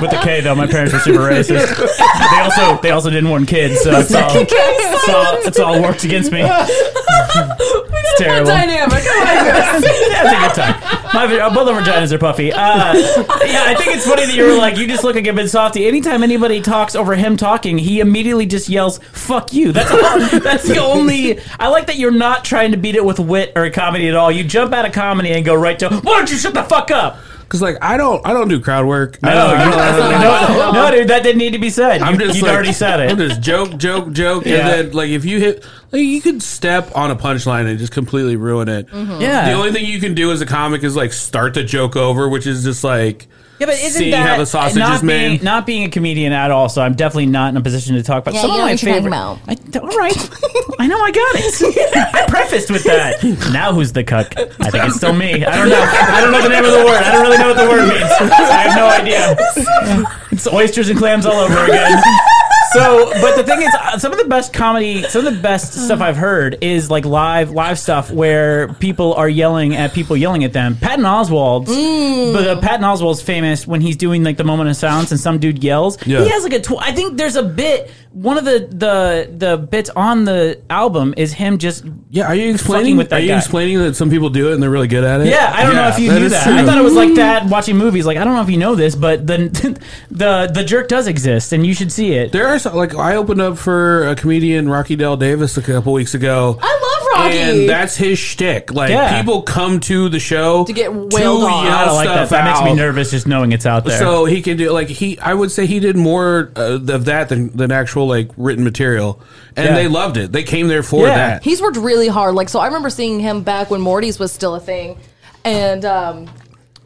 [SPEAKER 2] With the K though, my parents were super racist. They also they also didn't want kids, so it's all, it's all, it's all worked against me. It's terrible.
[SPEAKER 6] dynamic
[SPEAKER 2] That's a good time. My, vag- both our vaginas are puffy. Uh, yeah, I think it's funny that you were like, you just look like a bit softy. Anytime anybody talks over him talking, he immediately just yells, fuck you. That's, all, that's the only. I like that you're not trying to beat it with wit or comedy at all. You jump out of comedy and go right to, why don't you shut the fuck up?
[SPEAKER 4] Cause like I don't I don't do crowd work. No,
[SPEAKER 2] No, you- no, no, dude, that didn't need to be said.
[SPEAKER 4] I'm
[SPEAKER 2] you,
[SPEAKER 4] just
[SPEAKER 2] you'd
[SPEAKER 4] like,
[SPEAKER 2] already said it.
[SPEAKER 4] I'm just joke, joke, joke,
[SPEAKER 2] Yeah.
[SPEAKER 4] and then like if you hit, like you could step on a punchline and just completely ruin it.
[SPEAKER 2] yeah.
[SPEAKER 4] The only thing you can do as a comic is like start the joke over, which is just like
[SPEAKER 2] Yeah, but isn't
[SPEAKER 4] seeing
[SPEAKER 2] that
[SPEAKER 4] how the sausage
[SPEAKER 2] not
[SPEAKER 4] is made.
[SPEAKER 2] Being, not being a comedian at all, so I'm definitely not in a position to talk about
[SPEAKER 6] Yeah,
[SPEAKER 2] some
[SPEAKER 6] you
[SPEAKER 2] of
[SPEAKER 6] know
[SPEAKER 2] my
[SPEAKER 6] what you're talking
[SPEAKER 2] favorite.
[SPEAKER 6] about.
[SPEAKER 2] I, d- all right, I know I got it. I prefaced with that. Now who's the cuck? I think it's still me. I don't know. I don't know the name of the word. I don't really know what the word means. I have no idea. It's oysters and clams all over again. So, but the thing is, uh, some of the best comedy, some of the best stuff I've heard is like live, live stuff where people are yelling at people yelling at them. Patton Oswald's,
[SPEAKER 6] Mm.
[SPEAKER 2] but uh, Patton Oswald's famous when he's doing like the moment of silence and some dude yells.
[SPEAKER 4] Yeah.
[SPEAKER 2] He has like a. Tw- I think there's a bit. One of the the the bits on the album is him just.
[SPEAKER 4] yeah, are you explaining?
[SPEAKER 2] with that
[SPEAKER 4] are you
[SPEAKER 2] guy.
[SPEAKER 4] explaining that some people do it and they're really good at it?
[SPEAKER 2] Yeah, I don't know if you knew
[SPEAKER 4] is
[SPEAKER 2] that.
[SPEAKER 4] true.
[SPEAKER 2] I thought it was like that watching movies. Like I don't know if you know this, but the the the jerk does exist, and you should see it.
[SPEAKER 4] There are some, like I opened up for a comedian Rocky Dell Davis a couple weeks
[SPEAKER 2] Oh,
[SPEAKER 4] ago.
[SPEAKER 6] i love rocky
[SPEAKER 4] And that's his shtick. Like
[SPEAKER 2] Yeah.
[SPEAKER 4] people come to the show to
[SPEAKER 6] get wailed on.
[SPEAKER 2] I don't like that. That makes me
[SPEAKER 4] out.
[SPEAKER 2] nervous just knowing it's out there.
[SPEAKER 4] So he can do like he. I would say he did more uh, of that than than actual like written material, and
[SPEAKER 2] Yeah.
[SPEAKER 4] they loved it. They came there for
[SPEAKER 2] Yeah.
[SPEAKER 4] that.
[SPEAKER 6] he's worked really hard. Like, so I remember seeing him back when Morty's was still a thing, and um,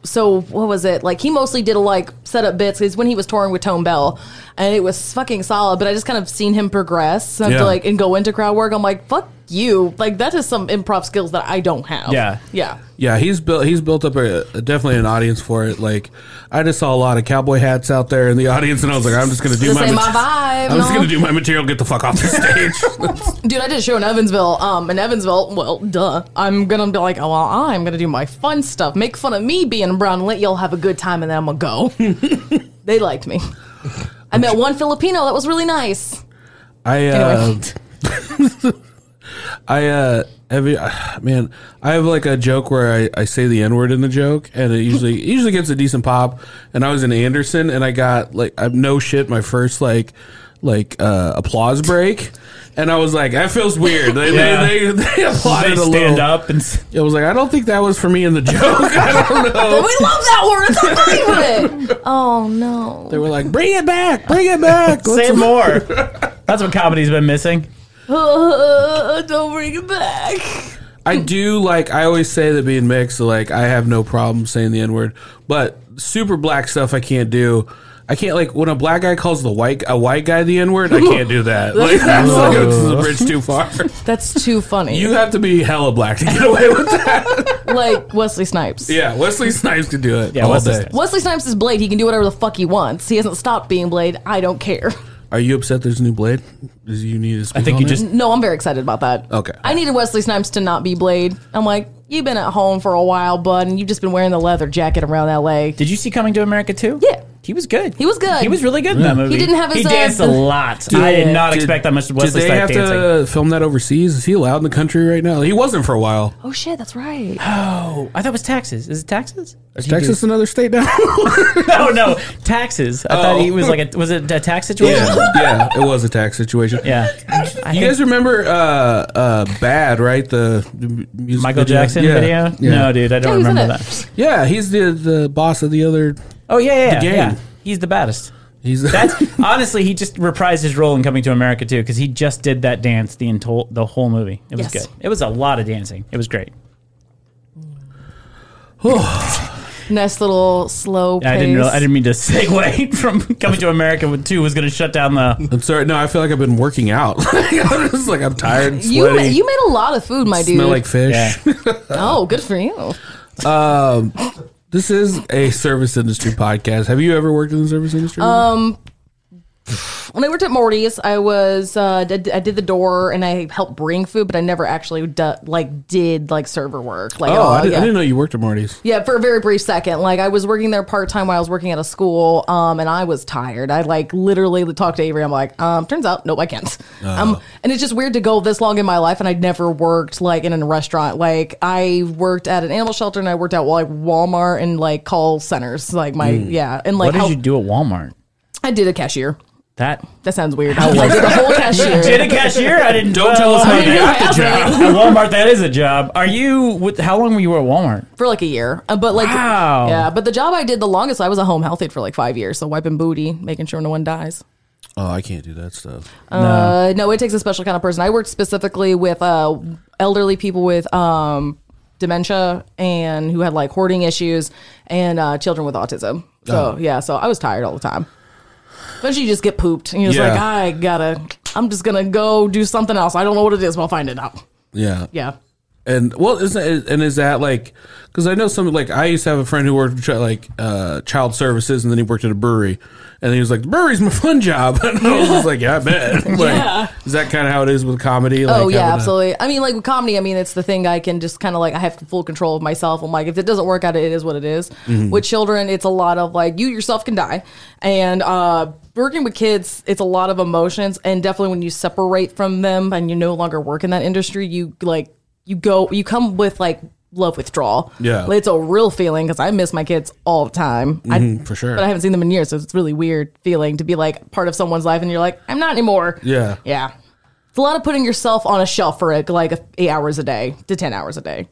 [SPEAKER 6] so what was it? Like, he mostly did like set up bits. Is when he was touring with Tone Bell, and it was fucking solid. But I just kind of seen him progress and
[SPEAKER 4] Yeah.
[SPEAKER 6] like and go into crowd work. I'm like, fuck you. Like that is some improv skills that I don't have.
[SPEAKER 2] Yeah.
[SPEAKER 6] yeah.
[SPEAKER 4] yeah, he's built. He's built up a, a- definitely an audience for it. Like I just saw a lot of cowboy hats out there in the audience, and I was like, I'm just gonna do
[SPEAKER 6] This
[SPEAKER 4] my.
[SPEAKER 6] ain't my
[SPEAKER 4] mate-
[SPEAKER 6] vibe.
[SPEAKER 4] I'm just
[SPEAKER 6] no.
[SPEAKER 4] gonna do my material. Get the fuck off the stage.
[SPEAKER 6] Dude, I did a show in Evansville. Um, in Evansville, well, duh. I'm gonna be like, oh, well, I'm gonna do my fun stuff. Make fun of me being brown. Let y'all have a good time, and then I'm gonna go. they liked me. I met one Filipino that was really nice.
[SPEAKER 4] I uh, I uh, every man, I have like a joke where I, I say the n word in the joke, and it usually it usually gets a decent pop. And I was in Anderson, and I got like I'm no shit, my first like like uh, applause break, and I was like, that feels weird. They,
[SPEAKER 2] Yeah.
[SPEAKER 4] they, they, they applauded
[SPEAKER 2] They
[SPEAKER 4] a
[SPEAKER 2] stand
[SPEAKER 4] little.
[SPEAKER 2] up and s-
[SPEAKER 4] It was like, I don't think that was for me in the joke. I don't know.
[SPEAKER 6] We love that word. It's our favorite. oh no.
[SPEAKER 4] They were like, bring it back, bring it back. Let's-
[SPEAKER 2] say more. That's what comedy's been missing.
[SPEAKER 6] don't bring it back.
[SPEAKER 4] I do like. I always say that being mixed, like I have no problem saying the n word, but super black stuff I can't do. I can't like when a black guy calls the white a white guy the n word. I can't do that. Like that's like this is a bridge too far.
[SPEAKER 1] That's too funny.
[SPEAKER 4] You have to be hella black to get away with that.
[SPEAKER 1] like Wesley Snipes.
[SPEAKER 4] Yeah, Wesley Snipes could do it.
[SPEAKER 2] Yeah,
[SPEAKER 4] all
[SPEAKER 2] Wesley
[SPEAKER 4] day.
[SPEAKER 2] Snipes.
[SPEAKER 1] Wesley Snipes is Blade. He can do whatever the fuck he wants. He hasn't stopped being Blade. I don't care.
[SPEAKER 4] Are you upset? There's a new blade. Is you need to speak
[SPEAKER 2] I think
[SPEAKER 4] on
[SPEAKER 2] you
[SPEAKER 4] it?
[SPEAKER 2] just
[SPEAKER 1] No, I'm very excited about that.
[SPEAKER 4] Okay.
[SPEAKER 1] I needed Wesley Snipes to not be Blade. I'm like, you've been at home for a while, bud, and you've just been wearing the leather jacket around LA.
[SPEAKER 2] did. You see Coming to America too?
[SPEAKER 1] Yeah.
[SPEAKER 2] he was good.
[SPEAKER 1] He was good.
[SPEAKER 2] He was really good in that movie.
[SPEAKER 1] didn't have his,
[SPEAKER 2] He
[SPEAKER 1] uh,
[SPEAKER 2] danced a
[SPEAKER 1] the-
[SPEAKER 2] lot. I did not expect that much Wesley
[SPEAKER 4] Did they have
[SPEAKER 2] Snipes dancing.
[SPEAKER 4] to uh, film that overseas? Is he allowed in the country right now? He wasn't for a while.
[SPEAKER 1] Oh shit, that's right.
[SPEAKER 2] I thought it was taxes. Is it taxes?
[SPEAKER 4] Is Texas another state now?
[SPEAKER 2] No, no, taxes. I thought
[SPEAKER 4] Oh.
[SPEAKER 2] he was like a was it a tax situation?
[SPEAKER 4] yeah, yeah, it was a tax situation.
[SPEAKER 2] Yeah. I
[SPEAKER 4] You
[SPEAKER 2] think
[SPEAKER 4] guys remember uh, uh, Bad, right? The, the m- music
[SPEAKER 2] Michael
[SPEAKER 4] video?
[SPEAKER 2] Jackson
[SPEAKER 4] Yeah,
[SPEAKER 2] video?
[SPEAKER 4] Yeah.
[SPEAKER 2] No, dude, I don't
[SPEAKER 1] he's in
[SPEAKER 2] remember
[SPEAKER 1] it.
[SPEAKER 2] that.
[SPEAKER 4] Yeah, he's the, the boss of the other.
[SPEAKER 2] Oh yeah, yeah,
[SPEAKER 4] The
[SPEAKER 2] yeah,
[SPEAKER 4] game.
[SPEAKER 2] yeah. He's the baddest.
[SPEAKER 4] He's
[SPEAKER 2] That's honestly, he just reprised his role in Coming to America too, because he just did that dance the entire the whole movie. It was
[SPEAKER 1] Yes.
[SPEAKER 2] good. It was a lot of dancing. It was great.
[SPEAKER 1] Nice little slow pace.
[SPEAKER 2] I didn't real- I didn't mean to segue from Coming to America with two was going to shut down the.
[SPEAKER 4] I'm sorry. No, I feel like I've been working out. I'm just like I'm tired, and
[SPEAKER 1] you,
[SPEAKER 4] sweaty.
[SPEAKER 1] you made a lot of food, my dude.
[SPEAKER 4] smell like fish.
[SPEAKER 2] Yeah.
[SPEAKER 1] oh, good for you.
[SPEAKER 4] This is a service industry podcast. Have you ever worked in the service industry?
[SPEAKER 1] Um, When I worked at Morty's, I was uh, did, I did the door and I helped bring food, but I never actually du- like did like server work. Like, at
[SPEAKER 4] oh,
[SPEAKER 1] all.
[SPEAKER 4] I, did,
[SPEAKER 1] yeah.
[SPEAKER 4] I didn't know you worked at Marty's.
[SPEAKER 1] Yeah, for a very brief second. Like I was working there part time while I was working at a school, um, and I was tired. I like literally talked to Avery. I'm like, um, turns out, nope, I can't.
[SPEAKER 2] Uh-huh.
[SPEAKER 1] Um, and it's just weird to go this long in my life, and I'd never worked like in a restaurant. Like I worked at an animal shelter, and I worked at like Walmart and like call centers. Like my yeah, and like
[SPEAKER 2] Hmm. What did
[SPEAKER 1] how-
[SPEAKER 2] you do at Walmart?
[SPEAKER 1] I did a cashier.
[SPEAKER 2] That
[SPEAKER 1] That sounds weird. I did the whole cashier.
[SPEAKER 2] did a cashier? I didn't.
[SPEAKER 4] Don't tell us how
[SPEAKER 2] I
[SPEAKER 4] you
[SPEAKER 2] didn't-
[SPEAKER 4] got the job.
[SPEAKER 2] At Walmart, that is a job. Are you? With, how long were you at Walmart?
[SPEAKER 1] for like a year. Uh, but like,
[SPEAKER 2] Wow.
[SPEAKER 1] yeah. But the job I did the longest, I was a home health aide for like five years. So wiping booty, making sure no one dies.
[SPEAKER 4] Oh, I can't do that stuff.
[SPEAKER 1] Uh, no, it takes a special kind of person. I worked specifically with uh, elderly people with um, dementia and who had like hoarding issues and uh, children with autism. So yeah, so I was tired all the time. Eventually, you just get pooped, and you're just
[SPEAKER 4] Yeah.
[SPEAKER 1] like, I gotta. I'm just gonna go do something else. I don't know what it is, but I'll find it out.
[SPEAKER 4] Yeah,
[SPEAKER 1] Yeah.
[SPEAKER 4] And well, is that, and is that like because I know some like I used to have a friend who worked for chi- like uh, child services, and then he worked at a brewery, and he was like, "The brewery's my fun job," and I was just like, "Yeah, I bet." Like, Is that kind of how it is with comedy? Like,
[SPEAKER 1] oh yeah,
[SPEAKER 4] having a-
[SPEAKER 1] absolutely. I mean, like with comedy, I mean, it's the thing I can just kind of like I have full control of myself. I'm like, if it doesn't work out, it is what it is.
[SPEAKER 4] Mm-hmm.
[SPEAKER 1] With children, it's a lot of like you yourself can die, and uh, working with kids, it's a lot of emotions, and definitely when you separate from them and you no longer work in that industry, you like you go you come with like love withdrawal.
[SPEAKER 4] Yeah.
[SPEAKER 1] it's a real feeling because I miss my kids all the time. I,
[SPEAKER 4] Mm-hmm, for sure.
[SPEAKER 1] but I haven't seen them in years, so it's a really weird feeling to be like part of someone's life, and you're like, I'm not anymore.
[SPEAKER 4] Yeah.
[SPEAKER 1] Yeah. It's a lot of putting yourself on a shelf for like, like eight hours a day to 10 hours a day.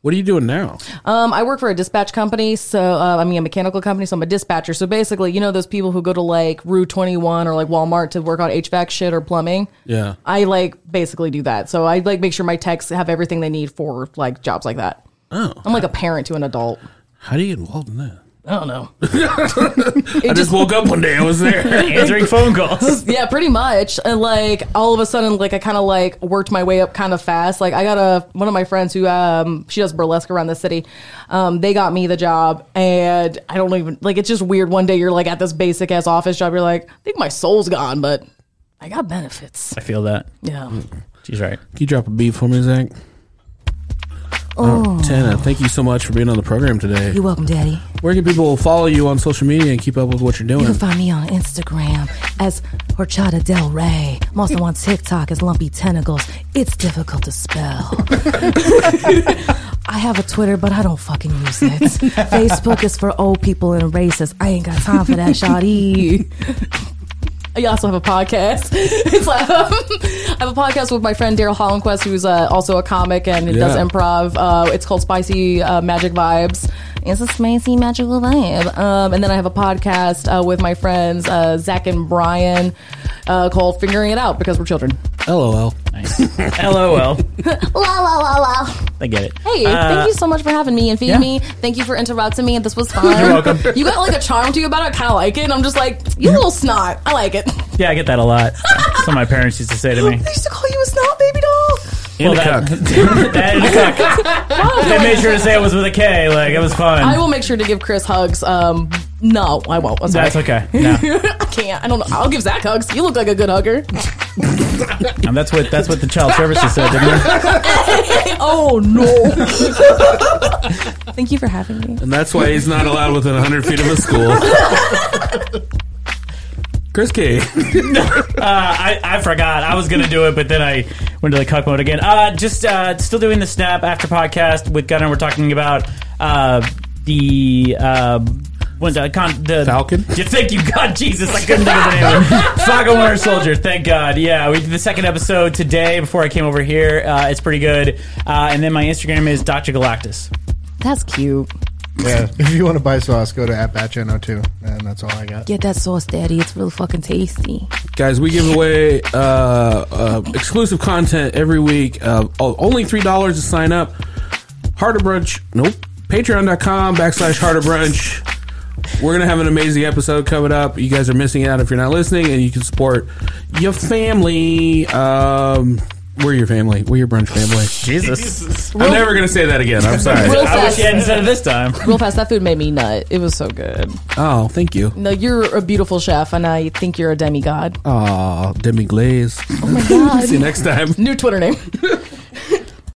[SPEAKER 4] What are you doing now?
[SPEAKER 1] Um, I work for a dispatch company. So, uh, I mean, a mechanical company. So I'm a dispatcher. So basically, you know, those people who go to like Rue 21 or like Walmart to work on HVAC shit or plumbing.
[SPEAKER 4] Yeah.
[SPEAKER 1] I like basically do that. So I like make sure my techs have everything they need for like jobs like that.
[SPEAKER 4] Oh,
[SPEAKER 1] I'm like a parent to an adult.
[SPEAKER 4] how do you get involved in that?
[SPEAKER 1] I don't know.
[SPEAKER 4] I just woke up one day. I was there.
[SPEAKER 2] Answering phone calls.
[SPEAKER 1] Yeah, pretty much. And like all of a sudden, like I kind of like worked my way up kind of fast. Like I got a one of my friends who um she does burlesque around the city. Um, they got me the job, and I don't even like it's just weird. One day you're like at this basic ass office job, you're like, I think my soul's gone, but I got benefits.
[SPEAKER 2] I feel that.
[SPEAKER 1] Yeah.
[SPEAKER 2] She's right.
[SPEAKER 4] Can you drop a beat for me, Zach? Oh, Tana, thank you so much for being on the program today.
[SPEAKER 6] You're welcome, Daddy.
[SPEAKER 4] Where can people follow you on social media and keep up with what you're
[SPEAKER 6] You
[SPEAKER 4] doing?
[SPEAKER 6] can find me on Instagram as Horchata Del Rey. I'm also on TikTok as Lumpy Tentacles. It's difficult to spell. I have a Twitter, but I don't fucking use it. Facebook is for old people and racists. I ain't got time for that, shoddy.
[SPEAKER 1] I also have a podcast. it's like, um, I have a podcast with my friend Daryl Hollenquist, who's uh, also a comic and he does
[SPEAKER 4] Yeah.
[SPEAKER 1] improv. Uh, it's called Spicy uh, Magic Vibes. It's a spicy magical vibe. Um, and then I have a podcast uh, with my friends uh, Zach and Brian uh, called Figuring It Out because we're children.
[SPEAKER 4] LOL.
[SPEAKER 2] Nice. LOL.
[SPEAKER 1] La la la la.
[SPEAKER 2] I get it.
[SPEAKER 1] Hey, thank you so much for having me and feeding
[SPEAKER 2] Uh,
[SPEAKER 1] me.
[SPEAKER 2] yeah.
[SPEAKER 1] Thank you for interrupting me. This was fun.
[SPEAKER 2] You're welcome.
[SPEAKER 1] You got like a charm to you about it. I kind of like it. And I'm just like, you little snot. I like it.
[SPEAKER 2] Yeah, I get that a lot. That's what my parents used to say to me.
[SPEAKER 1] They used to call you a snot, baby doll.
[SPEAKER 2] Well, that, that and cook. They made sure to say it was with a K. Like it was fun.
[SPEAKER 1] I will make sure to give Chris hugs. Um, no, I won't. I'm sorry.
[SPEAKER 2] That's okay. No,
[SPEAKER 1] I can't. I don't know. I'll give Zach hugs. You look like a good hugger.
[SPEAKER 2] And that's what that's what the child services said. Didn't it?
[SPEAKER 1] oh no. Thank you for having me.
[SPEAKER 4] And that's why he's not allowed within 100 feet of a school. Chris K.
[SPEAKER 2] I, I forgot. I was gonna do it, but then I went to the cuck mode again. Uh, just uh, still doing the snap after podcast with Gunnar. We're talking about uh, the. Uh, what's that? Con- the
[SPEAKER 4] Falcon?
[SPEAKER 2] Yeah, thank you, God, Jesus! I couldn't think of the name. of it. Falcon Winter Soldier. Thank God. Yeah, we did the second episode today before I came over here. Uh, it's pretty good. Uh, and then my Instagram is Doctor Galactus.
[SPEAKER 1] That's cute.
[SPEAKER 5] Yeah. If you want to buy sauce, go to atbatch2 and that's all I got.
[SPEAKER 1] Get that sauce, Daddy. It's real fucking tasty.
[SPEAKER 4] Guys, we give away uh, uh, exclusive content every week. Uh, oh, only $3 to sign up. Heart of Brunch. Nope. Patreon.com backslash Heart of Brunch. We're going to have an amazing episode coming up. You guys are missing out if you're not listening, and you can support your family. Um, we're your family. We're your brunch family.
[SPEAKER 2] Jesus,
[SPEAKER 4] I'm never going to say that again. I'm sorry.
[SPEAKER 1] Real
[SPEAKER 2] I wish
[SPEAKER 1] fast.
[SPEAKER 2] you hadn't said it this time.
[SPEAKER 1] Real fast. That food made me nut. It was so good.
[SPEAKER 4] Oh, thank you.
[SPEAKER 1] No, you're a beautiful chef, and I think you're a demigod.
[SPEAKER 4] Aw, demi glaze.
[SPEAKER 1] Oh my god.
[SPEAKER 4] Ah, See you next time.
[SPEAKER 1] New Twitter name.